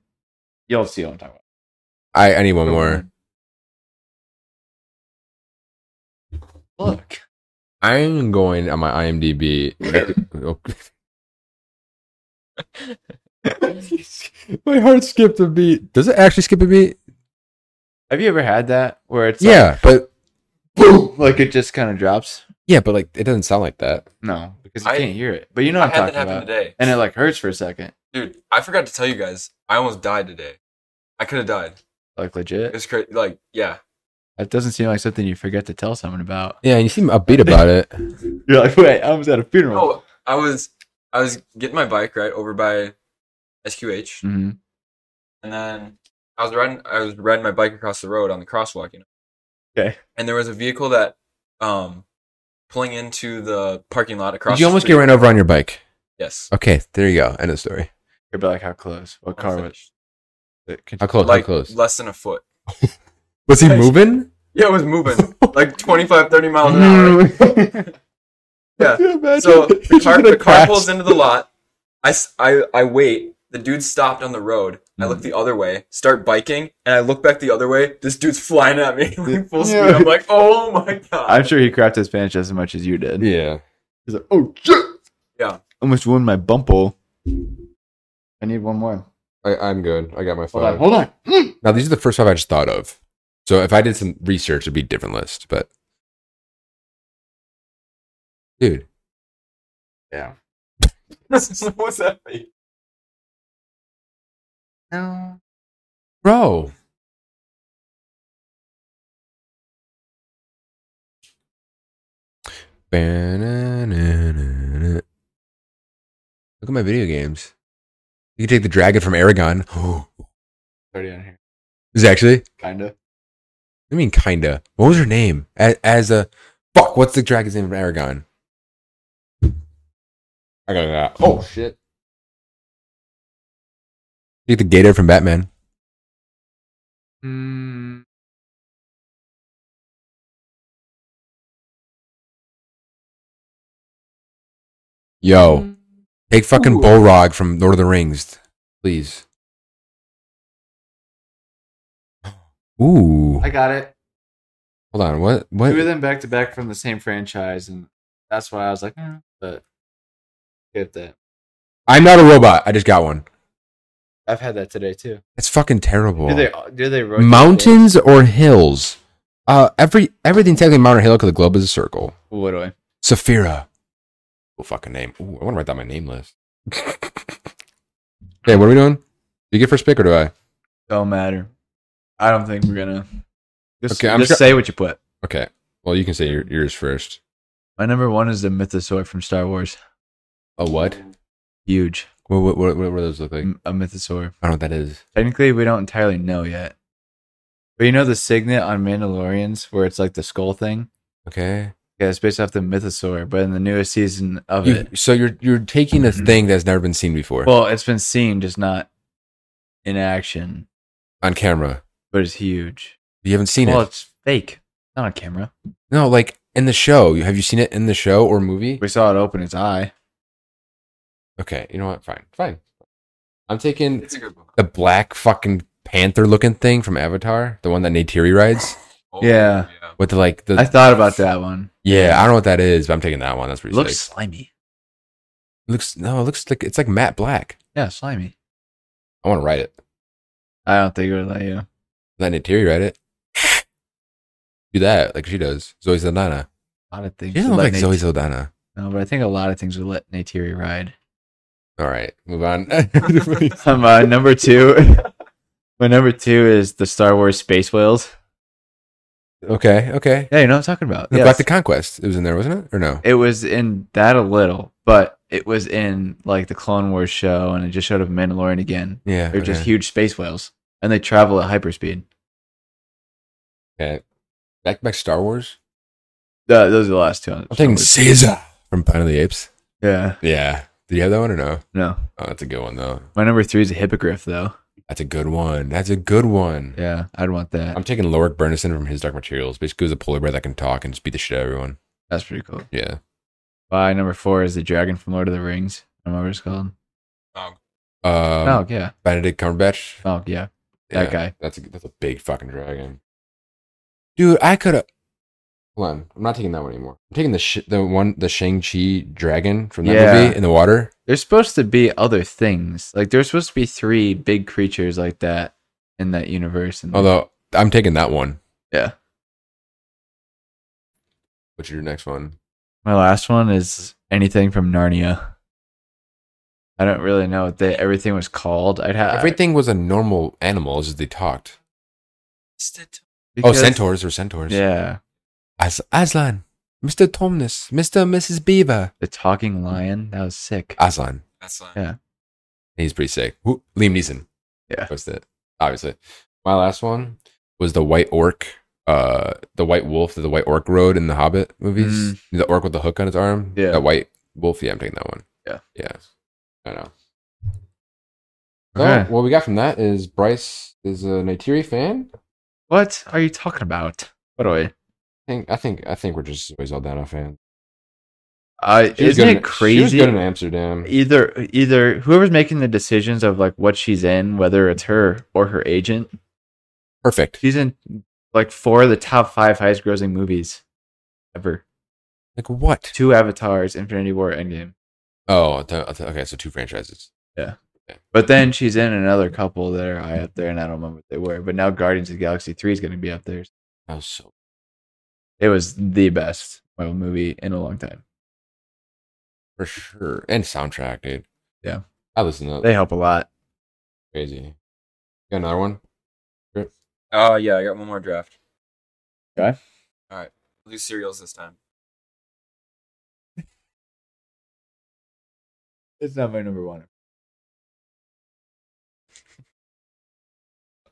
C: you'll see what I'm talking
A: I, I need one
C: about.
A: more.
C: Look,
A: I'm going on my IMDb. my heart skipped a beat. Does it actually skip a beat?
C: have you ever had that where it's like,
A: yeah, but
C: boom, like it just kind of drops?
A: yeah, but like it doesn't sound like that.
C: No, because you
B: I-
C: can't hear it. But you know
B: I
C: what I'm
B: had that
C: talking
B: happen
C: about,
B: today,
C: and it like hurts for a second,
B: dude. I forgot to tell you guys. I almost died today. I could have died.
C: like
B: It
C: legit.
B: was crazy. Like, yeah.
C: That doesn't seem like something you forget to tell someone about.
A: Yeah, you seem upbeat about it.
C: You're like, wait, I was at a funeral.
B: Oh, I was, I was getting my bike right over by
A: Mm.
B: SQH,
C: hmm
B: and then I was riding I was riding my bike across the road on the crosswalk, you know.
C: Okay.
B: And there was a vehicle that um pulling into the parking lot across
A: Did you
B: the
A: almost
B: street.
A: get ran over on your bike?
B: Yes.
A: Okay, there you go. End of story.
C: It'd be like how close? What car was
B: Unfinished.
C: it?
A: How close?
B: like
A: how close?
B: less than a foot.
A: Was he moving?
B: Yeah, it was moving like 25, 30 miles an
A: Mm.
B: hour.
C: Mm.
B: Yeah. So the car, the car pulls into the lot. I, s- I- I wait. The dude stopped on the road. I
C: Hmm.
B: look the other way, start biking, and I look back the other way. This dude's flying at me like full speed.
C: Yeah.
B: I'm like, oh my god.
C: I'm sure he crapped his pants just as much as you did.
A: Yeah.
C: He's like, oh shit.
B: Yeah.
C: Almost ruined my bumple. I need one more.
A: I, I'm good. I got my
C: Hold on.
A: phone.
C: Hold on. Hmm.
A: Now these are the first five I just thought of. So if I did some research, it'd be a different list. But dude,
C: Yeah.
B: What's that? mean?
C: No.
A: bro, Ba-na-na-na-na. look at my video games. You can take the dragon from Aragon.
C: Already on here.
A: Is it actually?
C: Kinda.
A: I mean, kinda. What was her name? As, as a fuck. What's the dragon's name from Aragon? I got that. Oh shit! You get the Gator from Batman.
C: Mm.
A: Yo,
C: Mm-hmm. Oh.
A: take fucking
B: Ooh.
A: Bolrog from Lord of the Rings, please. Ooh,
C: I got it.
A: hold on. What?
C: Two of
A: What?
C: them back to back from the same franchise, and that's why I was like, eh, but get that.
A: I'm not a robot. I just got one.
C: I've had that today too.
A: It's fucking terrible.
C: Do they? Do they rotate days?
A: Mountains or hills? Uh, every everything technically mountain or hill because the globe is a circle.
C: What do I?
A: Saphira. Cool fucking name. Ooh, I want to write down my name list. hey, what are we doing? Do you get first pick or do I?
C: Don't matter. I don't think we're gonna. Just,
A: Okay, I'm
C: just
A: sure-
C: say what you put.
A: Okay. Well, you can say your, yours first.
C: My number one is the mythosaur from Star Wars.
A: A what?
C: Huge.
A: What what what, what, what do those look like?
C: M- A mythosaur.
A: I don't know what that is.
C: Technically, we don't entirely know yet. But you know the signet on Mandalorians, where it's like the skull thing.
A: Okay.
C: Yeah, it's based off the mythosaur, but in the newest season of
A: You-
C: it, Mm-hmm.
A: so you're you're taking a thing that's never been seen before
C: well, it's been seen, just not in action.
A: on camera.
C: but it's huge.
A: You haven't seen
C: well,
A: it.
C: it's fake. Not on camera.
A: No, like in the show. Have you seen it in the show or movie?
C: We saw it open its eye.
A: Okay. You know what? Fine. Fine. I'm taking
B: It's a good book.
A: the black fucking panther looking thing from Avatar, the one that Neytiri rides
B: Oh,
C: Yeah.
A: with the like the
C: I thought about that one.
A: Yeah, I don't know what that is, but I'm taking that one. That's pretty
C: looks
A: sick.
C: slimy.
A: Looks no, it looks like it's like matte black.
C: Yeah, slimy.
A: I want to write it.
C: I don't think it would let you.
A: Let Natiri write it. Do that like she does. Zoe Saldana.
C: A lot of
A: She
C: things.
A: doesn't
C: would
A: look
C: let
A: like Zoe
C: Nat-
A: Saldana.
C: No, but I think a lot of things would let Neytiri ride.
A: All right, move on.
C: Um, uh, number two. My number two is the Star Wars space whales.
A: okay, okay.
C: Yeah, you know what I'm talking about.
A: The
C: Yes.
A: Galactic Conquest. It was in there, wasn't it? Or no?
C: it was in that a little, but it was in like the Clone Wars show, and it just showed up in Mandalorian again.
A: Yeah.
C: They're just
A: okay.
C: huge space whales, and they travel at hyperspeed.
A: Okay. Back back Star Wars.
C: Uh, those are the last two. on-
A: I'm taking Caesar from Planet of the Apes.
C: Yeah,
A: Yeah. Do you have that one or no?
C: no.
A: Oh, that's a good one though.
C: My number three is a hippogriff, though.
A: That's a good one. That's a good one.
C: Yeah, I'd want that.
A: I'm taking Lorik Bernison from His Dark Materials. Basically, it was a polar bear that can talk and just beat the shit out of everyone.
C: That's pretty cool.
A: Yeah.
C: My number four is the dragon from Lord of the Rings. I don't know what it's called.
A: Um,
C: oh yeah,
A: Benedict Cumberbatch.
C: oh yeah, that guy.
A: That's a that's a big fucking dragon. Dude, I could have. Hold on, I'm not taking that one anymore. I'm taking the sh- the one the Shang Chi dragon from that
C: Yeah.
A: movie in the water.
C: There's supposed to be other things. Like there's supposed to be three big creatures like that in that universe. And
A: Although I'm taking that one.
C: Yeah.
A: What's your next one?
C: my last one is anything from Narnia. I don't really know what they, everything was called. I'd have
A: Everything was a normal animal as they talked.
C: because-
A: oh, centaurs or centaurs.
C: Yeah,
A: As- Aslan, Mr. Tomness, Mr. and Mrs. Beaver.
C: the talking lion. That was sick.
A: Aslan.
B: That's fine.
C: Yeah.
A: He's pretty sick. Who, Liam Neeson.
C: Yeah.
A: That's it. Obviously. My last one was the white orc, uh, the white wolf that the white orc rode in the Hobbit movies. The orc with the hook on his arm.
C: Mm. Yeah.
A: The white wolf. Yeah, I'm taking that one. Yeah, I know.
C: Okay.
A: So, what we got from that is Bryce is a Nightiri fan.
C: What are you talking about? What do I?
A: I think I think I think we're just always Aldana fans.
C: Uh,
A: She was
C: isn't
A: good
C: it
A: in- She was
C: crazy?
A: good in Amsterdam.
C: either either whoever's making the decisions of like what she's in, whether it's her or her agent,
A: Perfect.
C: she's in like four of the top five highest grossing movies ever.
A: Like what?
C: Two Avatars, Infinity War, Endgame.
A: Oh, I thought- I thought- okay. So two franchises.
C: But then she's in another couple that are high up there, and I don't remember what they were. But now Guardians of the Galaxy Three is going to be up there.
A: That was so.
C: It was the best Marvel movie in a long time.
A: For sure. And soundtrack, dude.
C: Yeah.
A: I listen to that.
C: They help a lot.
A: Crazy. Got another one?
B: Oh yeah, I got one more draft.
C: Okay.
B: All right. We'll do cereals this time.
C: It's not my number one.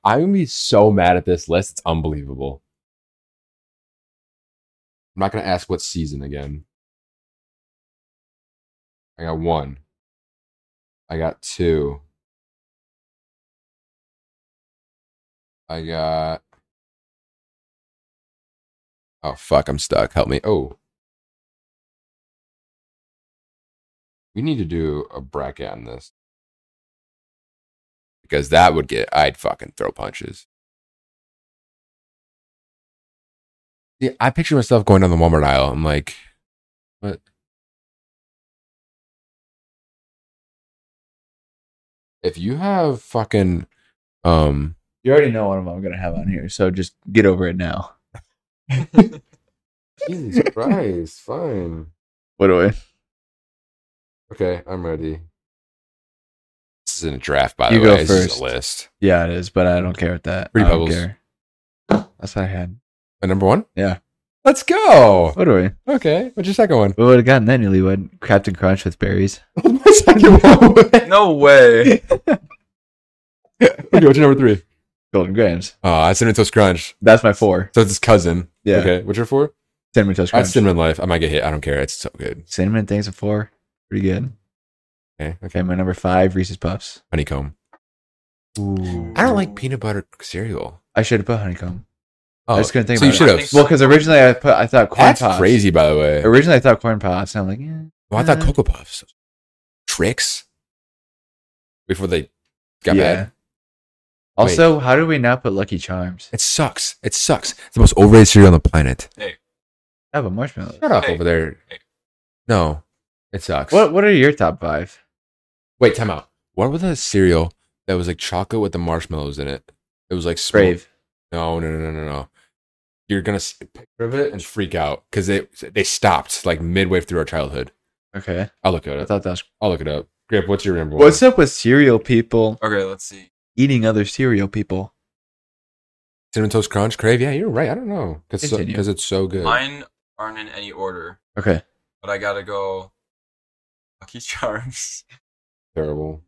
A: I'm going to be so mad at this list. It's unbelievable. I'm not going to ask what season again. I got one. I got two. I got. Oh, fuck. I'm stuck. Help me. Oh. We need to do a bracket on this. Because that would get. I'd fucking throw punches. Yeah, I picture myself going down the Walmart aisle. I'm like, what? If you have fucking. Um.
C: You already know what I'm going to have on here, so just get over it now.
A: Jesus Christ, fine.
C: What do I?
A: Okay, I'm ready. This isn't a draft, by
C: You
A: the
C: go
A: way. This is
C: first.
A: a list.
C: Yeah, it is, but I don't care with that.
A: Pretty
C: I don't
A: Pebbles.
C: care. That's what I had.
A: Uh, number one?
C: Yeah.
A: Let's go.
C: What do we?
A: Okay. What's your second one?
C: We would have gotten that newly would Captain Crunch with berries.
A: My second one. okay,
B: No way.
A: what's your number three?
C: Golden Grams.
A: Oh, I Cinnamon Toast Crunch.
C: That's my four.
A: So it's his cousin.
C: Yeah.
A: Okay. What's your four?
C: Cinnamon Toast
A: I
C: Crunch.
A: have Cinnamon Life. I might get hit. I don't care. It's so good.
C: Cinnamon things a four. Pretty good.
A: Okay. Okay.
C: Okay, my number five, Reese's Puffs.
A: Honeycomb.
C: Ooh.
A: I don't like peanut butter cereal.
C: I should have put honeycomb.
A: Oh,
C: I was gonna think
A: so you
C: about
A: should
B: it.
A: have.
C: Well, because originally I put I thought corn
A: That's
C: pops.
A: crazy, by the way.
C: Originally I thought corn pops, and I'm like, eh.
A: Well, I thought Cocoa Puffs. Tricks? Before they got
C: yeah.
A: bad.
C: Also, how do we not put Lucky Charms?
A: It sucks. It sucks. It's the most overrated cereal on the planet.
C: I have a marshmallow.
A: Shut up
B: Hey.
A: over there.
B: Hey.
A: No, it sucks.
C: What What are your top five?
A: Wait, time out. What was the cereal that was like chocolate with the marshmallows in it? It was like small-
C: Brave.
A: No, no, no, no, no, no. You're gonna see a picture of it and freak out because they they stopped like midway through our childhood.
C: Okay,
A: I'll look it
C: I
A: up.
C: thought that was.
A: I'll look it up. Grip, what's your number
C: What's
A: one?
C: up with cereal people
B: Okay, let's see.
C: eating other cereal people?
A: Cinnamon Toast Crunch, Crave. Yeah, you're right. I don't know because
C: Continue.
A: because it's so good.
B: Mine aren't in any order,
C: Okay,
B: but I gotta go. Lucky Charms,
A: Terrible.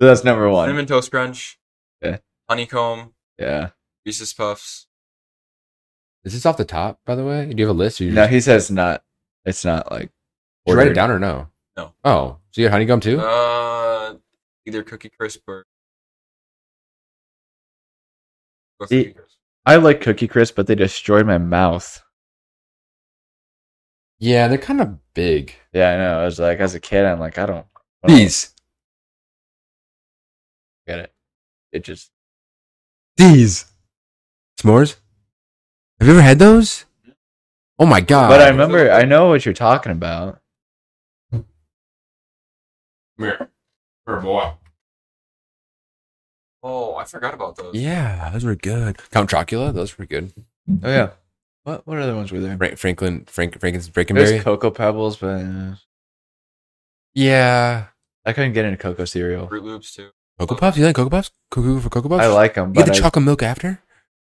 C: so that's number one.
B: cinnamon toast crunch,
C: Yeah.
B: honeycomb,
C: Yeah.
B: Reese's Puffs.
A: Is this off the top, by the way? Do you have a list? Or you
C: No,
A: just,
C: he says not. It's not like.
A: did you write it
C: ordered.
A: down or no?
B: No.
A: Oh, so you had honeycomb too?
B: Uh, either Cookie Crisp or. Go
C: See-
B: Cookie Crisp.
C: I like Cookie Crisp, but they destroyed my mouth.
A: yeah, they're kind of big.
C: Yeah, I know. I was like, as a kid, I'm like, I don't. I don't
A: These.
C: get it. It just.
A: These. S'mores? Have you ever had those? Oh my god.
C: But I remember, I know what you're talking about.
A: here. Here, boy.
B: Oh, I forgot about those.
A: Yeah, those were good. Count Chocula, those were good.
C: Oh yeah. What what other ones were there?
A: Frank, Franklin, Frank, Franken's
C: There's
A: Frankenberry.
C: cocoa pebbles, but uh,
A: yeah.
C: I couldn't get into cocoa cereal.
B: Fruit Loops too.
A: Cocoa Puffs? You like Cocoa Puffs? Cuckoo for Cocoa Puffs?
C: I like them,
A: You get
C: but
A: the
C: I,
A: chocolate milk after?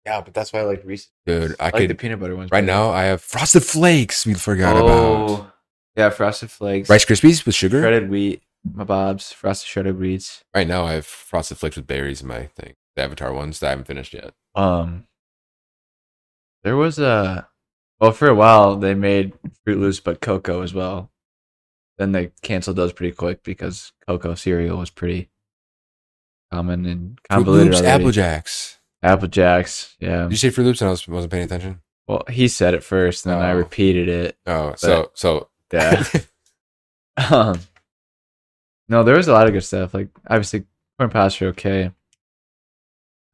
C: yeah, but that's why I like Reese's.
A: Dude, I
C: I, like
A: could.
C: the peanut butter ones
A: right
C: better. Oh,
A: now, I have Frosted Flakes we forgot about.
C: yeah, frosted flakes,
A: Rice Krispies with sugar?
C: shredded wheat, my bobs, frosted shredded wheats.
A: Right now, I have Frosted Flakes with berries in my thing. The Avatar ones that I haven't finished yet.
C: Um, there was a well for a while they made Fruit Loops, but cocoa as well. Then they canceled those pretty quick because cocoa cereal was pretty common and
A: Fruit
C: convoluted.
A: Loops,
C: already.
A: Apple Jacks.
C: Apple Jacks. Yeah.
A: Did you say Fruit Loops and I was, wasn't paying attention?
C: Well, he said it first, and then I
A: Oh.
C: repeated it.
A: Oh, so so
C: Yeah. um, no, there was a lot of good stuff. Like obviously, corn pops are okay.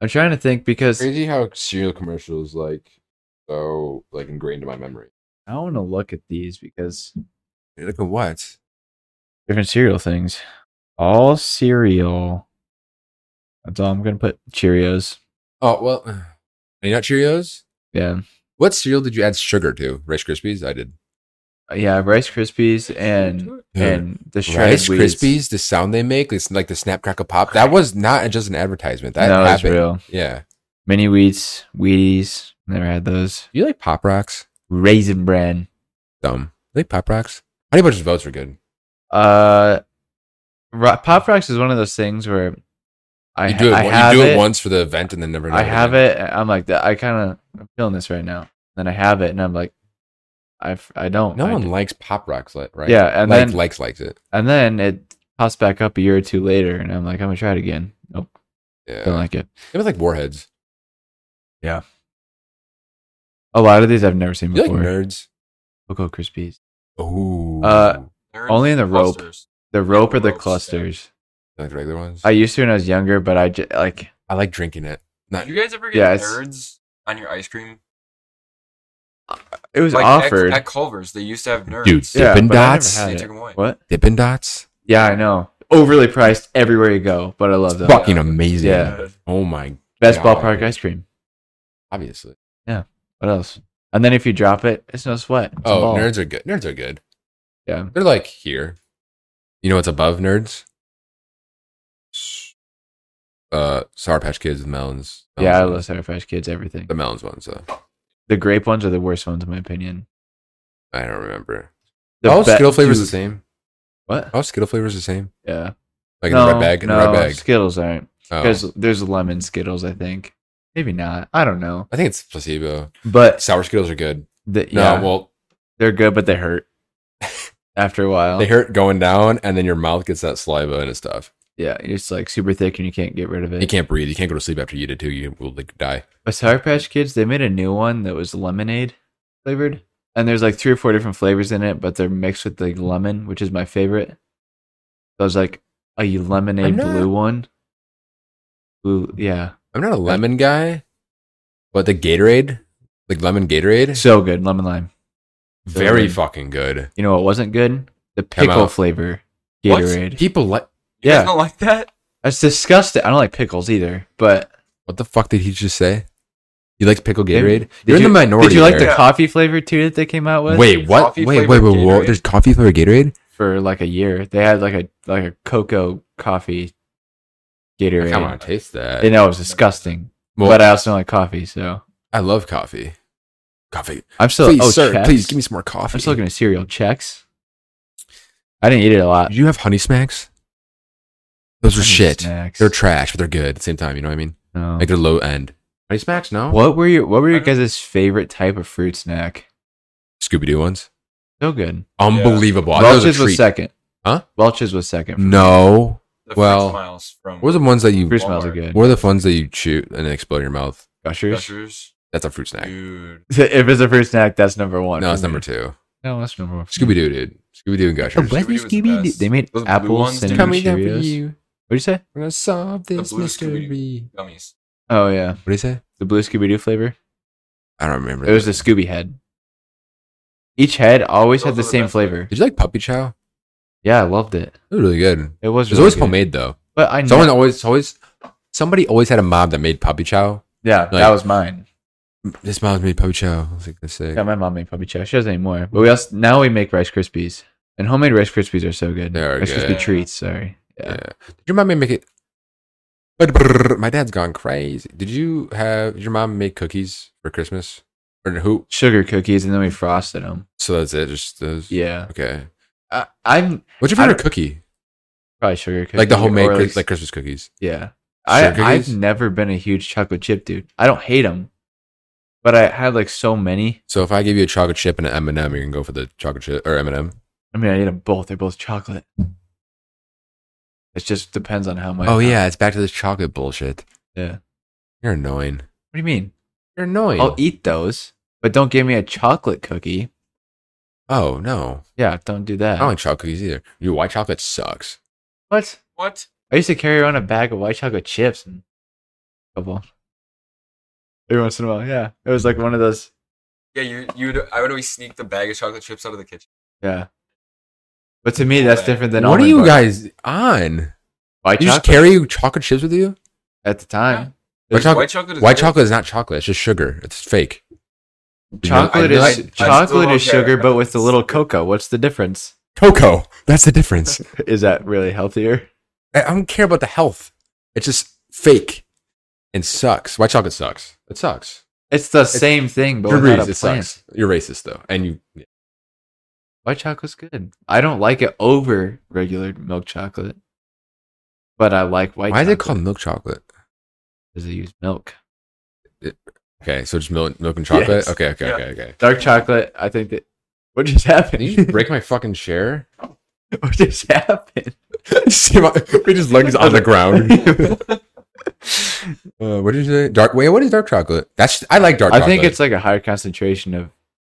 C: I'm trying to think because
A: crazy how cereal commercials like so like ingrained in my memory.
C: I want to look at these because
A: Look at what?
C: different cereal things. All cereal. That's all I'm gonna put. Cheerios.
A: Oh well, are you not Cheerios?
C: Yeah,
A: What cereal did you add sugar to? Rice Krispies. I did.
C: yeah. Rice Krispies and and the shredded
A: Rice
C: wheats.
A: Krispies. The sound they make, it's like the snap crackle pop. That was not just an advertisement. That
C: no, it's
A: happened.
C: real.
A: Yeah.
C: Mini wheats, Wheaties. Never had those.
A: Do you like Pop Rocks?
C: Raisin bran.
A: Dumb. You like Pop Rocks? Honey Bunches of Oats were good.
C: Uh, ro- Pop Rocks is one of those things where I,
A: you do it.
C: I
A: one-
C: have
A: you do it,
C: it,
A: once for the event and then never.
C: I have it. I'm like, that- I kind of I'm feeling this right now. Then I have it, and I'm like, I f- I don't.
A: No
C: I
A: one
C: d-
A: likes Pop Rocks, li- right?
C: Yeah, and
A: like
C: then
A: likes likes it.
C: and then it pops back up a year or two later, and I'm like, I'm gonna try it again. Nope,
A: Yeah.
C: don't like it.
A: It was like Warheads.
C: A lot of these I've never seen
A: You like
C: before.
A: Nerds?
C: Cocoa Krispies.
A: Oh.
C: Uh, Only in the rope.
B: Clusters.
C: The rope or the
B: ropes, yeah.
C: clusters.
A: like the regular ones.
C: I used to when I was younger, but I just like
A: I like drinking it. Not
B: you guys ever get
C: Yeah, it's-
B: nerds on your ice cream?
C: it was
B: Like at-
C: offered.
B: at, Culver's, they used to have nerds.
A: Dude,
C: yeah,
A: Dippin'
C: but I never
A: Dots.
C: had
B: they
C: it.
B: took 'em away.
C: What?
A: Dippin' Dots.
C: Yeah, I know. Overly priced everywhere you go, but I love them.
A: Fucking amazing.
C: Yeah.
A: Oh my.
C: Best
A: God.
C: ballpark ice cream.
A: Obviously.
C: What else? And then if you drop it, it's no sweat. It's a
A: Oh,
C: ball.
A: nerds are good. Nerds are good.
C: Yeah.
A: They're like here. You know what's above nerds? Uh, Sour Patch Kids, the melons.
C: Yeah, I
A: Melons
C: love
A: ones.
C: Sour Patch Kids, everything.
A: the melons ones. Though
C: The grape ones are the worst ones, in my opinion.
A: I don't remember.
C: The
A: All
C: be-
A: Skittle flavors the
C: dude,
A: same.
C: What?
A: All Skittle flavors the same.
C: Yeah.
A: Like in the red bag. In the red bag.
C: Skittles aren't.
A: Oh.
C: Because there's lemon Skittles, I think. Maybe not. I don't know.
A: I think it's placebo.
C: But
A: Sour Skittles are good.
C: the,
A: No,
C: yeah,
A: well,
C: they're good, but they hurt after a while.
A: they hurt going down, and then your mouth gets that saliva and it's tough.
C: Yeah, it's like super thick and you can't get rid of
A: You
C: it.
A: can't breathe. You can't go to sleep after you eat it too. You will like die.
C: But Sour Patch Kids, they made a new one that was lemonade flavored. And there's like three or four different flavors in it, but they're mixed with like lemon, which is my favorite. So was like a lemonade
A: I'm not-
C: blue one. Blue, yeah.
A: I'm not a lemon guy, but the Gatorade, like lemon Gatorade,
C: So good. Lemon lime.
A: very
C: good.
A: fucking good.
C: You know what wasn't good? The
A: Come
C: pickle
A: out.
C: flavor
B: What?
C: Gatorade.
A: People like.
B: You guys
C: Yeah.
B: don't like that?
C: That's disgusting. I don't like pickles either, but
A: What the fuck did he just say? He likes pickle
C: Did-
A: Gatorade.
C: did
A: You're in
C: you-
A: the minority.
C: Did you like
A: there.
C: the coffee flavor too that they came out with?
A: Wait, what?
B: Coffee
A: Wait, wait, wait,
B: flavored
A: wait,
B: Gatorade?
A: There's coffee flavored Gatorade.
C: For like a year. They had like a like a cocoa coffee Gatorade.
A: Come on, taste that.
C: They know it was disgusting.
A: Well,
C: but I also don't like coffee, so
A: I love coffee. Coffee,
C: I'm still
A: please,
C: oh,
A: sir.
C: Chex.
A: Please give me some more coffee.
C: I'm still looking at cereal checks. I didn't eat it a lot.
A: Did you have honey smacks? Those were
C: Honey
A: shit.
C: Smacks.
A: They're trash, but they're good at the same time. You know what I mean?
C: No.
A: Like they're low end. Honey smacks? No.
C: what were your What were your
B: I don't-
C: guys' favorite type of fruit snack?
A: Scooby Doo ones.
C: So good.
A: Unbelievable. I thought it was a
C: Welch's was
A: treat.
C: second.
A: Huh?
C: Welch's was second. for me.
A: No.
B: The
A: Well,
B: Fruit smiles from
A: What are the ones that you?
C: Fruit smiles are
B: Walmart.
C: good.
A: What are the ones that you chew and then explode in your mouth?
C: Gushers.
B: Gushers?
A: That's a fruit snack.
B: Dude,
C: if it's a fruit snack, that's number one.
A: No,
C: for
A: it's
C: me.
A: number two.
C: No, that's number one. for me.
A: Scooby Doo, dude. Scooby Doo and
C: Oh,
A: Gushers.
B: what?
C: where's my
B: Scooby-Doo was the
C: Scooby-Doo?
B: best.
C: They made
B: Those blue
C: apple
B: ones, dude.
C: cinnamon
B: Coming
C: Cheerios. What'd you say?
A: We're gonna solve
B: this blue mystery. Scooby-Doo. gummies.
C: Oh yeah,
A: What do you say?
C: the blue Scooby Doo flavor.
A: I don't remember.
C: It was the Scooby head. Each head always had
B: Those
C: the
B: are the
C: same
B: best flavor.
C: flavor.
A: Did you like Puppy Chow?
C: Yeah, I loved it.
A: It was really good.
C: It was.
A: It was
C: really
A: always
C: good.
A: homemade though.
C: But I know.
A: Someone always, always, somebody always had a mom that made Puppy Chow.
C: yeah, that
A: like-
C: was mine.
A: This mom's made Puppy Chow. I was like, that's sick.
C: Yeah, my mom made puppy chow. She doesn't anymore. But we also now we make Rice Krispies, and homemade Rice Krispies are so good.
A: They are
C: Rice
A: good.
C: Krispie treats. Sorry. Yeah.
A: Yeah. Did your mom make it? But brrr, my dad's gone crazy. Did you have did your mom make cookies for Christmas or who?
C: Sugar cookies, and then we frosted them.
A: So that's it. Just those.
C: Yeah.
A: Okay.
C: I, I'm
A: What's your
C: I
A: favorite cookie?
C: probably sugar cookies,
A: Like the
C: or
A: homemade,
C: like,
A: Chris- like Christmas cookies.
C: yeah. I
A: Sugar
C: I've
A: cookies?
C: never been a huge chocolate chip dude. I don't hate them, but I had like so many.
A: So if I give you a chocolate chip and an M and m you can go for the chocolate chip or M and m
C: I mean, I ate them both. They're both chocolate. It just depends on how much.
A: Oh yeah, it's back to this chocolate bullshit.
C: Yeah. What
A: You're annoying.
C: do you mean?
A: You're annoying.
C: I'll eat those, but don't give me a chocolate cookie.
A: oh no,
C: Yeah, don't do
A: I
C: that.
A: don't like chocolate cookies either. Your white chocolate sucks.
C: what?
B: What?
C: I used to carry around a bag of white chocolate chips and a couple. Every once in a while, yeah. It was like one of those.
B: Yeah, you you'd I would always sneak the bag of chocolate chips out of the kitchen.
C: Yeah. But to me, that's
B: Okay.
C: different than
A: what are
C: almond
A: you
C: butter.
A: guys on?
C: White
A: you just
C: chocolate
A: carry chocolate chips with you?
C: at the time.
A: White chocolate.
B: white chocolate. Is
A: White
B: good.
A: chocolate is not chocolate. It's just sugar. It's fake.
C: Chocolate
A: I know-
C: is
B: I- I still
C: chocolate
B: don't
C: is
B: care.
C: sugar, but with a little cocoa. What's the difference?
A: cocoa. That's the difference.
C: Is that really healthier?
A: I I don't care about the health. It's just fake and sucks. White chocolate sucks. It sucks.
C: It's the same thing, but
A: You're
C: without
A: racist.
C: a
A: It
C: plant.
A: sucks. You're racist though, and you.
C: White chocolate's good. I don't like it over regular milk chocolate, but I like white.
A: why is
C: chocolate
A: it called milk chocolate?
C: Because they use milk.
A: Okay, so just milk, milk and chocolate.
C: Yes.
A: Okay, okay,
B: Yeah.
A: okay, okay.
C: Dark chocolate. I think that. What just happened?
A: Did you just break my fucking chair?
C: what just happened?
A: See my- we just legs on the ground. Uh, what did you say? Dark. Wait, what is dark chocolate? That's I like dark.
C: I
A: chocolate.
C: think it's like a higher concentration of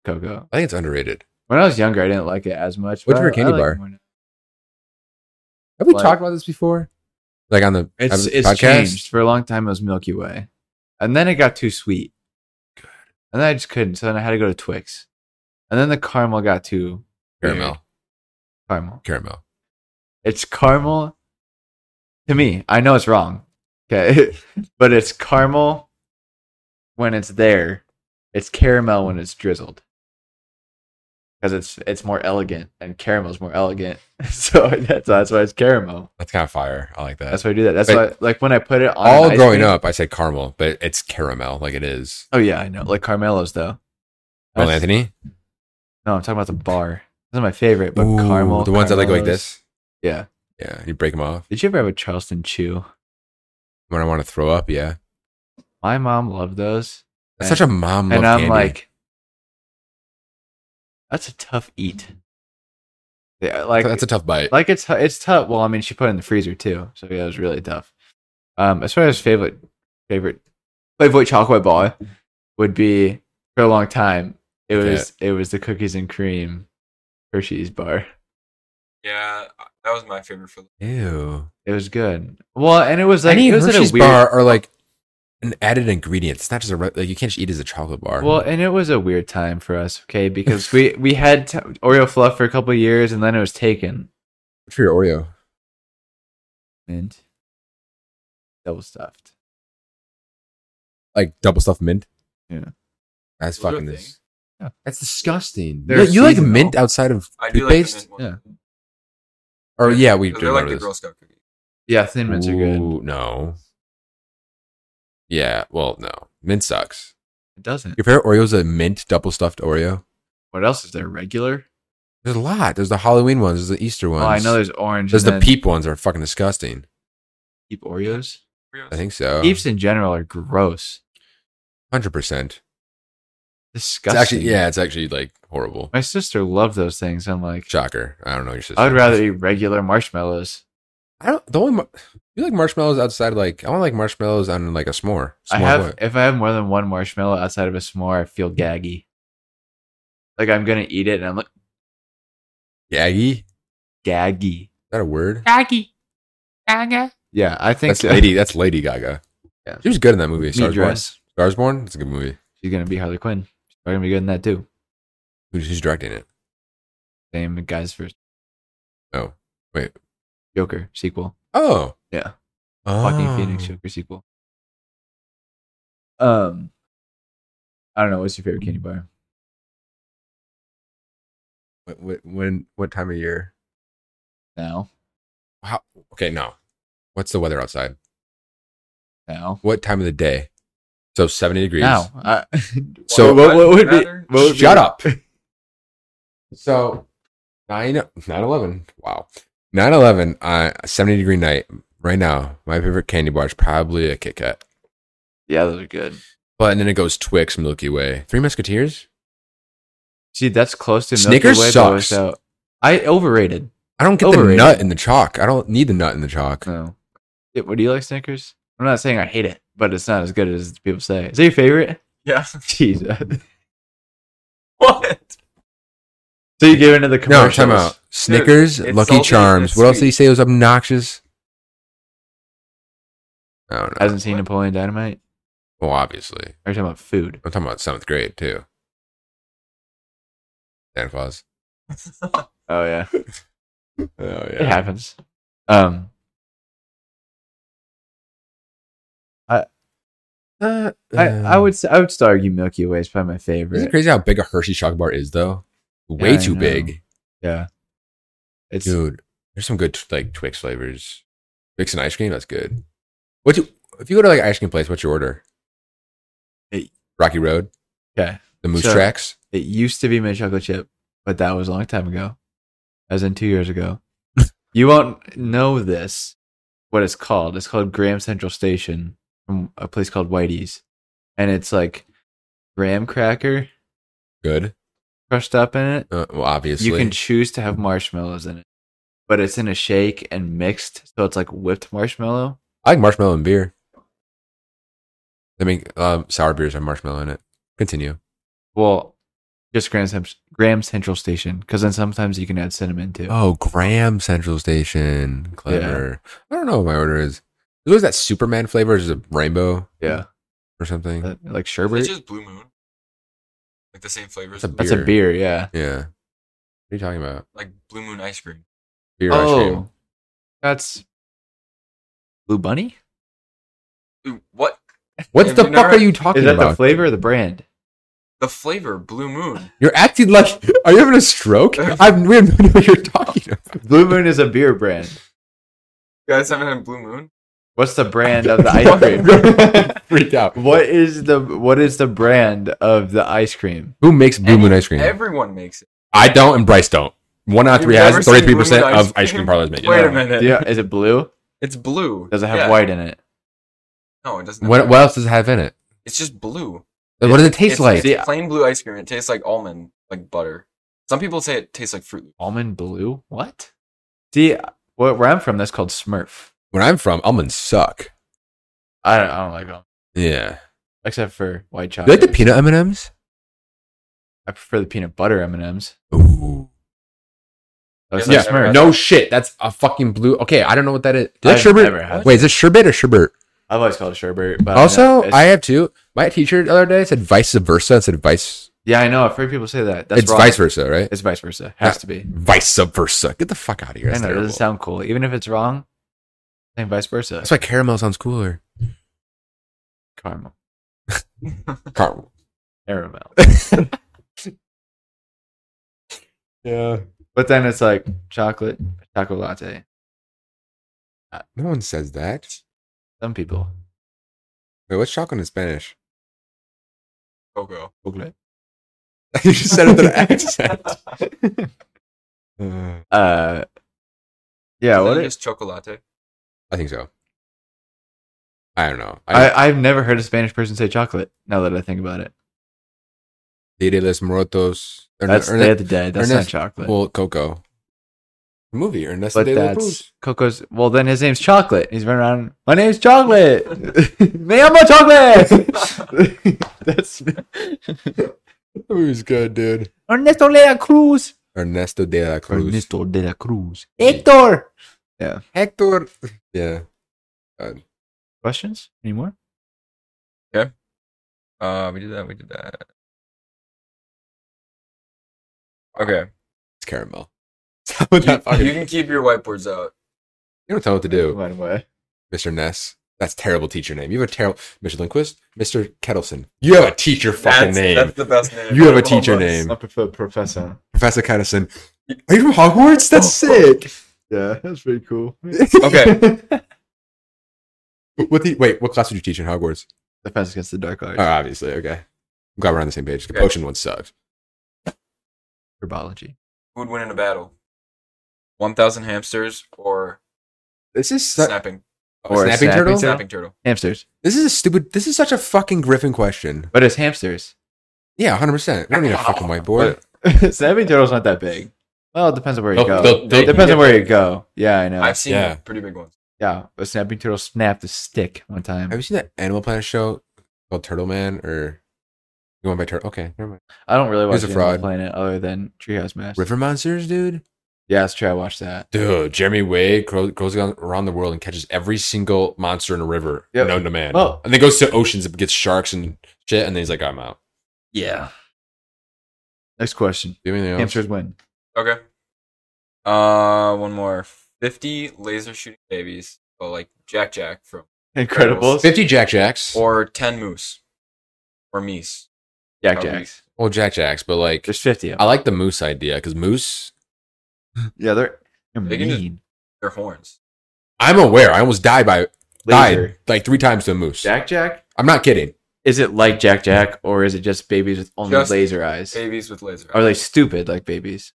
C: cocoa.
A: I think it's underrated.
C: When I was younger, I didn't like it as much.
A: What's
C: but
A: your
C: I
A: candy
C: like
A: bar?
C: it more now.
A: Have we
C: Like-
A: talked about this before? Like on the
C: It's
A: on the
C: it's changed for a long time. It was Milky Way, and then it got too sweet. And then I just couldn't. So then I had to go to Twix, and then the caramel got too weird.
A: caramel,
C: Caramel.
A: caramel.
C: It's caramel. To me, I know it's wrong. Okay, but it's caramel when it's there. It's caramel when it's drizzled. Because it's it's more elegant, and caramel's more elegant. So that's that's why it's caramel.
A: That's kind of fire. I like that.
C: That's why I do that. That's
A: But-
C: why, like when I put it on an
A: All
C: ice
A: growing
C: cream-
A: up, I said caramel, but it's caramel, like it is.
C: Oh yeah, I know. Like Carmelo's though.
A: Well,
C: That's-
A: Oh, Anthony,
C: No, I'm talking about the bar. This is my favorite, but
A: Ooh,
C: caramel.
A: the ones that like go like
C: Carmelo's-
A: this.
C: Yeah.
A: Yeah, you break them off
C: Did you ever have a Charleston Chew?
A: when I want to throw up. Yeah,
C: My mom loved those,
A: that's such a mom.
C: and
A: love
C: I'm
A: candy.
C: like, that's a tough eat. Yeah, like
A: that's a tough bite.
C: like it's it's tough. Well, I mean, she put it in the freezer too, so yeah, it was really tough. Um, as far as favorite favorite favorite chocolate bar would be for a long time. It
A: Okay.
C: was it was the cookies and cream Hershey's bar.
B: Yeah, that was my favorite for.
A: Ew.
C: It was good. Well, and it was like
A: Any
C: it was at a
A: Hershey's
C: weird.
A: bar are like an added ingredient. It's not just a re- like you can't just eat it as a chocolate bar.
C: Well, and it was a weird time for us, okay, because we we had t- Oreo fluff for a couple of years, and then it was taken.
A: Good for your Oreo.
C: Mint, double stuffed.
A: like double stuffed mint.
C: Yeah.
A: that's
B: Those are
A: fucking
B: a
A: this.
C: thing.
A: That's disgusting.
C: They're
A: you you like
C: seasonal.
A: mint outside of
B: I do like the
A: toothpaste?
B: mint one.
A: or yeah, we do
B: They're like
A: like
B: the Girl Scout cookies.
C: Yeah, thin mints are good.
A: No. Yeah, well, no, mint sucks.
C: It doesn't.
A: Your favorite Oreo is a mint double stuffed Oreo.
C: What else is there? Regular.
A: There's a lot. There's the Halloween ones. There's the Easter ones.
C: Oh, I know there's orange.
A: There's
C: and
A: the
C: then
A: peep ones are fucking disgusting.
C: Peep Oreos.
A: I think so.
C: Peeps in general are gross.
A: Hundred percent. It's
C: Disgusting.
A: actually yeah, it's actually like horrible.
C: My sister loved those things. I'm like,
A: Shocker. I don't know your sister.
C: I would rather eat regular marshmallows.
A: I don't. The only mar- you like marshmallows outside. Like I want like marshmallows on like a s'more.
C: I
A: S'more
C: have
A: what?
C: if I have more than one marshmallow outside of a s'more, I feel gaggy. Like I'm gonna eat it and I'm like
A: Gaggy? Is
C: gaggy.
A: that a word?
D: Aggie. Aga.
C: Yeah, I think
A: That's Lady. That's Lady Gaga.
C: Yeah.
A: She was good in that movie.
C: Meat
A: Stars Born.
C: dress.
A: Stars Born. It's a good movie.
C: She's gonna be Harley Quinn. She's probably gonna be good in that too.
A: Who's, who's directing it?
C: Same guys first
A: Oh, wait.
C: Joker sequel.
A: Oh,
C: Yeah.
A: Oh.
C: Joaquin Phoenix Joker sequel. Um, I don't know. What's your favorite candy bar?
A: What, what, when? What time of year?
C: Now,
A: How, okay, no. What's the weather outside?
C: now,
A: What time of the day? So seventy degrees.
C: now. I,
A: So-
C: what, what would be?
B: Matter?
C: What would
A: Shut
C: be,
A: up. So nine nine eleven. Wow. Nine eleven. Uh, seventy degree night. Right now, my favorite candy bar is probably a Kit Kat.
C: Yeah, those are good.
A: But and then it goes Twix, Milky Way, Three Musketeers.
C: See, that's close to Milky
A: Snickers
C: Way, but
A: sucks.
C: without- I overrated.
A: I don't get
C: Overrated.
A: the nut in the chalk. I don't need the nut in the chalk.
C: No. Yeah, what do you like Snickers? I'm not saying I hate it, but it's not as good as people say. Is that your favorite?
B: Yeah.
C: Jesus.
B: What?
C: so you give into the
A: No,
C: commercials.
A: time out. Snickers,
B: it's
A: Lucky
B: salty and
A: Charms.
B: it's
A: What else
B: sweet.
A: did you say was obnoxious? I don't know.
C: Hasn't seen Napoleon Dynamite.
A: Well, obviously,
C: Are you talking about food?
A: I'm talking about seventh grade too. Santa Claus.
C: Oh yeah.
A: Oh
C: It happens. Um
A: Uh,
C: I, I would s- I would still argue Milky Way is probably my favorite.
A: Isn't it crazy how big a Hershey chocolate bar is though? Way
C: Yeah, I
A: too
C: know.
A: big,
C: Yeah. It's
A: dude. There's some good like Twix flavors. Twix and ice cream. That's good. What do if you go to like an ice cream place? What's your order?
C: Hey.
A: Rocky Road,
C: okay.
A: the Moose
C: So-
A: Tracks.
C: It used to be mint chocolate chip, but that was a long time ago, as in two years ago. you won't know this, what it's called. It's called Graham Central Station from a place called Whitey's. And it's like graham cracker
A: Good.
C: crushed up in it.
A: Uh, well, obviously,
C: You can choose to have marshmallows in it, but it's in a shake and mixed. So it's like whipped marshmallow.
A: I like marshmallow and beer. I mean, um, sour beers have marshmallow in it. Continue.
C: Well, just Graham, Cent- Graham Central Station, because then sometimes you can add cinnamon too.
A: Oh, Graham Central Station. Clever. I don't know what my order is. There's always that Superman flavor. Is a rainbow
C: Yeah.
A: or something?
C: That- like
B: It's
C: sherbet.
B: just Blue Moon. Like the same flavors.
A: That's a
C: That's a beer, yeah.
A: yeah. What are you talking about?
B: Like Blue Moon ice cream.
A: Beer ice cream.
C: Oh, that's Blue Bunny.
B: Ooh, what?
A: What
B: Have
A: the
B: you
A: fuck
B: never-
A: are you talking
C: Is that
A: about?
C: the flavor or the brand?
B: The flavor, Blue Moon.
A: You're acting like. Are you having a stroke? I've, we have no idea what you're talking about.
C: Blue Moon is a beer brand.
B: You guys haven't had Blue Moon?
C: What's the brand of the ice cream?
A: Freaked out.
C: what is the what is the brand of the ice cream?
A: Who makes Blue Moon ice cream?
B: Everyone makes it.
A: I don't, and Bryce don't. One out of
B: You've
A: three has
B: never
A: it.
B: seen
A: Thirty-three percent
B: Blue Moon
A: of
B: ice
A: ice cream
B: cream?
A: parlors make it.
B: Wait a minute.
C: Yeah, is it blue?
B: It's blue.
C: Does it have
B: Yeah.
C: white in it?
B: No, it doesn't. Have
A: What,
B: white.
A: what else does it have in it?
B: It's just blue.
A: Like, what does it taste
B: it's,
A: like?
B: it's plain blue ice cream. It tastes like almond, like butter. Some people say it tastes like fruit. Loops.
C: Almond blue? What? See, where, where I'm from, that's called Smurf.
A: Where I'm from, almonds suck.
C: I don't, I don't like them
A: Yeah.
C: except for white
A: You
C: chocolate.
A: like the peanut M and M's?
C: I prefer the peanut butter M and M's.
A: Ooh.
B: Yeah,
C: Yeah, Smurf.
A: No shit. That's a fucking blue. Okay, I don't know what that is. Do you like
C: I've never
A: sherbet?
C: had
A: Wait, is it sherbet or sherbet?
C: I've always called it sherbet. But I know
A: also,
C: it's-
A: I have two. My teacher the other day said vice versa instead of vice.
C: yeah, I know. I've heard people say that. That's
A: it's
C: wrong.
A: vice versa, right?
C: It's vice versa. Has
A: Yeah.
C: to be.
A: vice versa. Get the fuck out of here.
C: I
A: That's,
C: know, it
A: terrible.
C: doesn't sound cool. Even if it's wrong, I think vice versa.
A: That's why caramel sounds cooler.
C: caramel.
A: Caramel.
C: Caramel.
A: Yeah.
C: But then it's like chocolate, chocolate latte.
A: No one says that.
C: Some people.
A: Wait, what's chocolate in Spanish?
B: Cocoa.
C: chocolate.
A: you just said it with an accent. Uh,
C: Uh, yeah,
B: Is
C: what
B: that
C: is,
B: just chocolate?
A: I think so. I don't know. I,
C: I, I've never heard a Spanish person say chocolate now that I think about it.
A: Dia de los Muertos. Or,
C: That's
A: or-
C: Day of the Dead. That's
A: Ernest-
C: not chocolate.
A: Well, Coco. Movie Ernesto
C: but
A: de la
C: that's
A: Cruz.
C: Coco's. Well, then his name's Chocolate. He's running around. My name's Chocolate. Me llamo Chocolate. that's
A: That movie's good, dude.
C: Ernesto de la Cruz.
A: Ernesto de la Cruz.
C: Ernesto de la Cruz. Hector. Yeah.
A: Hector. Yeah. God.
C: Questions anymore?
B: Uh, we did that. We did that. Okay.
A: It's caramel. Stop with that fucking-
B: You, you
A: You
B: can keep your whiteboards out.
A: don't tell me what to do,
C: By the way.
A: Mr. Ness. That's terrible teacher name. You have a terrible Mr. Lindquist, Mr. Kettleson. You have a teacher fucking
B: that's,
A: name.
B: That's the best name.
A: you have a
B: Of all
A: teacher
B: of us.
A: name.
C: I prefer Professor.
A: Professor Kettleson. Are you from Hogwarts? That's
B: Oh,
A: sick.
C: Yeah, that's pretty cool.
B: Okay.
A: What the, wait, what class did you teach in Hogwarts?
C: Defense Against the Dark Arts
A: Oh, obviously, okay. I'm glad we're on the same page. The
B: Okay.
A: potion one sucked.
C: Herbology.
B: Who would win in a battle? One thousand hamsters or
A: This is su-
B: snapping
C: Or
A: snapping,
C: snapping
A: turtle?
C: turtle?
B: snapping turtle?
C: Hamsters.
A: This is a stupid. This is such a fucking Griffin question.
C: But it's hamsters.
A: Yeah, hundred percent. We don't need a fucking whiteboard.
C: Snapping turtle's not that big. Well, it depends on where you
A: They'll-
C: go.
A: they'll- they'll-
C: it depends on where you go. Yeah, I know.
B: I've seen
A: Yeah.
B: pretty big ones.
C: yeah, a snapping turtle snapped a stick one time.
A: Have you seen that Animal Planet show called Turtle Man or going by Turtle? Okay, never mind.
C: I don't really watch
A: He's a
C: Animal
A: fraud.
C: Planet other than Treehouse Mass.
A: River Monsters, dude.
C: Yeah, that's true. I watched that.
A: Dude, Jeremy Wade cro- goes around- around the world and catches every single monster in a river
C: Yep.
A: known to man.
C: Well-
A: and then goes to oceans and gets sharks and shit. And then he's like, I'm out.
C: Yeah. Next question.
A: Do you have anything else?
C: Hamsters win.
B: Okay. Uh, one more. Fifty laser shooting babies, so like Jack Jack from, Incredibles.
A: 50 Jack Jacks. Or,
B: or ten moose, or meese.
C: Jack
B: How many?
C: Jacks.
A: well, Jack Jacks, but like,
C: There's 50 of
A: I like the moose idea because moose,
C: them. Yeah, they're, they're
B: They can just-
C: mean.
B: Their horns.
A: I'm aware. I almost died by, died
C: Laser.
A: like three times to a moose.
C: Jack Jack?
A: I'm not kidding.
C: Is it like Jack Jack or is it just babies with only
B: Just
C: laser eyes?
B: Babies with laser.
C: Are they stupid like babies?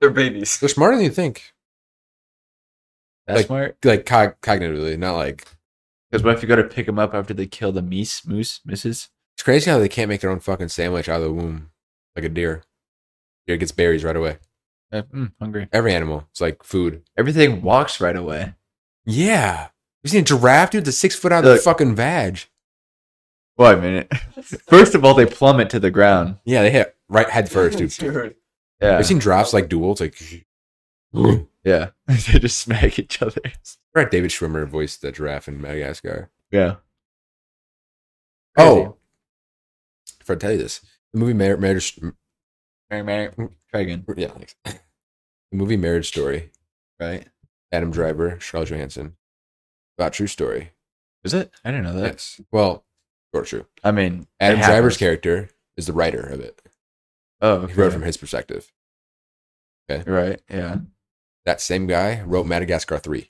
B: They're babies.
A: They're smarter than you think.
C: That's
A: Like-
C: smart.
A: Like cog- cognitively, not like
C: Because what if you go to pick them up after they kill the meese, moose, misses?
A: It's crazy how they can't make their own fucking sandwich out of the womb, like a deer. Deer gets berries right away.
C: Uh, mm, hungry.
A: Every animal, it's like food.
C: Everything walks right away.
A: Yeah, you seen a giraffe, dude? The six foot out of
C: Look.
A: the fucking vag.
C: Wait a minute. First of all, they plummet to the ground.
A: Yeah, they hit right head first, dude.
B: Dude.
C: Yeah.
A: I've seen giraffes like duel. It's like, all
C: Yeah. they just smack each other.
A: right, David Schwimmer voiced the giraffe in Madagascar.
C: Yeah.
A: Oh, for tell you this, the movie Mar- Marriage,
C: Mary, Mary. Try again.
A: yeah, thanks. the movie Marriage Story,
C: Right.
A: Adam Driver, Charles Johansson, about true story.
C: Is it? I didn't know that.
A: Yes, well, short true.
C: I mean,
A: Adam
C: it
A: Driver's
C: happens.
A: character is the writer of it.
C: Oh,
A: He
C: okay.
A: wrote from his perspective.
C: Right. Yeah.
A: That same guy wrote Madagascar 3.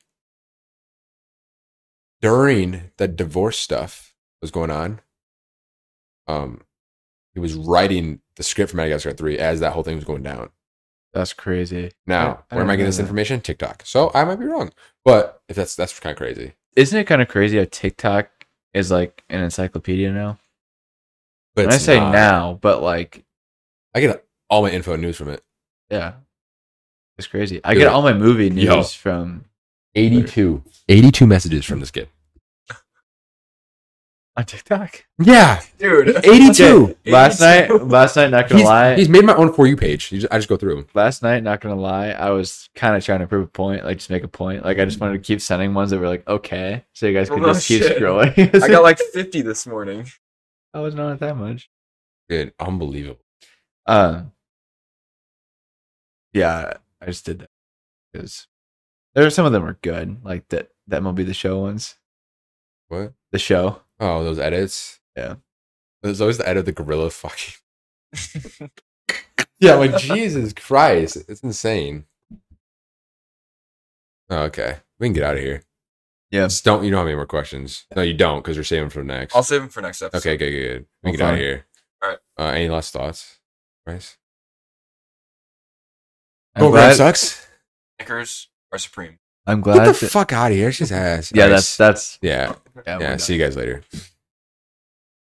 A: During the divorce stuff was going on, um, he was writing the script for Madagascar 3 as that whole thing was going down.
C: That's crazy.
A: Now,
C: I- I
A: where am I
C: don't
A: getting
C: know
A: this
C: that.
A: information? TikTok. So I might be wrong. But if that's that's kind of crazy.
C: Isn't it kind of crazy how TikTok is like an encyclopedia now?
A: But
C: and I
A: it's
C: say
A: not.
C: now, but like,
A: I get all my info and news from it.
C: yeah. It's crazy. I
A: Dude.
C: get all my movie news
A: Yo.
C: from
A: 82. 82 messages from this kid.
C: on TikTok.
A: Yeah.
B: Dude.
A: 82.
C: Last
B: 82.
C: night, last night, not gonna
A: He's,
C: lie.
A: he's made my own For You page. You just- I just go through them.
C: last night, not gonna lie, I was kind of trying to prove a point, like just make a point. Like I just wanted to keep sending ones that were like okay, so you guys could
B: Well, no
C: just keep
B: Oh, shit.
C: scrolling.
B: I got like fifty this morning.
C: I wasn't on it that much.
A: Dude, unbelievable.
C: Um, yeah, I just did that because there are some of them are good, like that that might be the show ones.
A: What?
C: The show,
A: Oh, those edits.
C: Yeah.
A: There's always the edit of the gorilla fucking. yeah, like Jesus Christ, it's insane. Oh, okay, we can get out of here.
C: Yeah.
A: Just don't you don't have any more questions? No, you don't because you're saving for next.
B: I'll save them for next episode.
A: okay, good, good, good. We can
C: Well,
A: get out
C: fine.
A: of here.
B: All right.
A: Uh, any last thoughts, Bryce?
C: I'm
A: oh, Ryan
C: glad.
A: sucks.
B: Snickers are supreme.
C: I'm
A: Get
C: glad.
A: the
C: that-
A: fuck out of here. She's ass.
C: yeah,
A: All right,
C: that's that's
A: yeah.
C: yeah. we're
A: Yeah.
C: done.
A: See you guys later.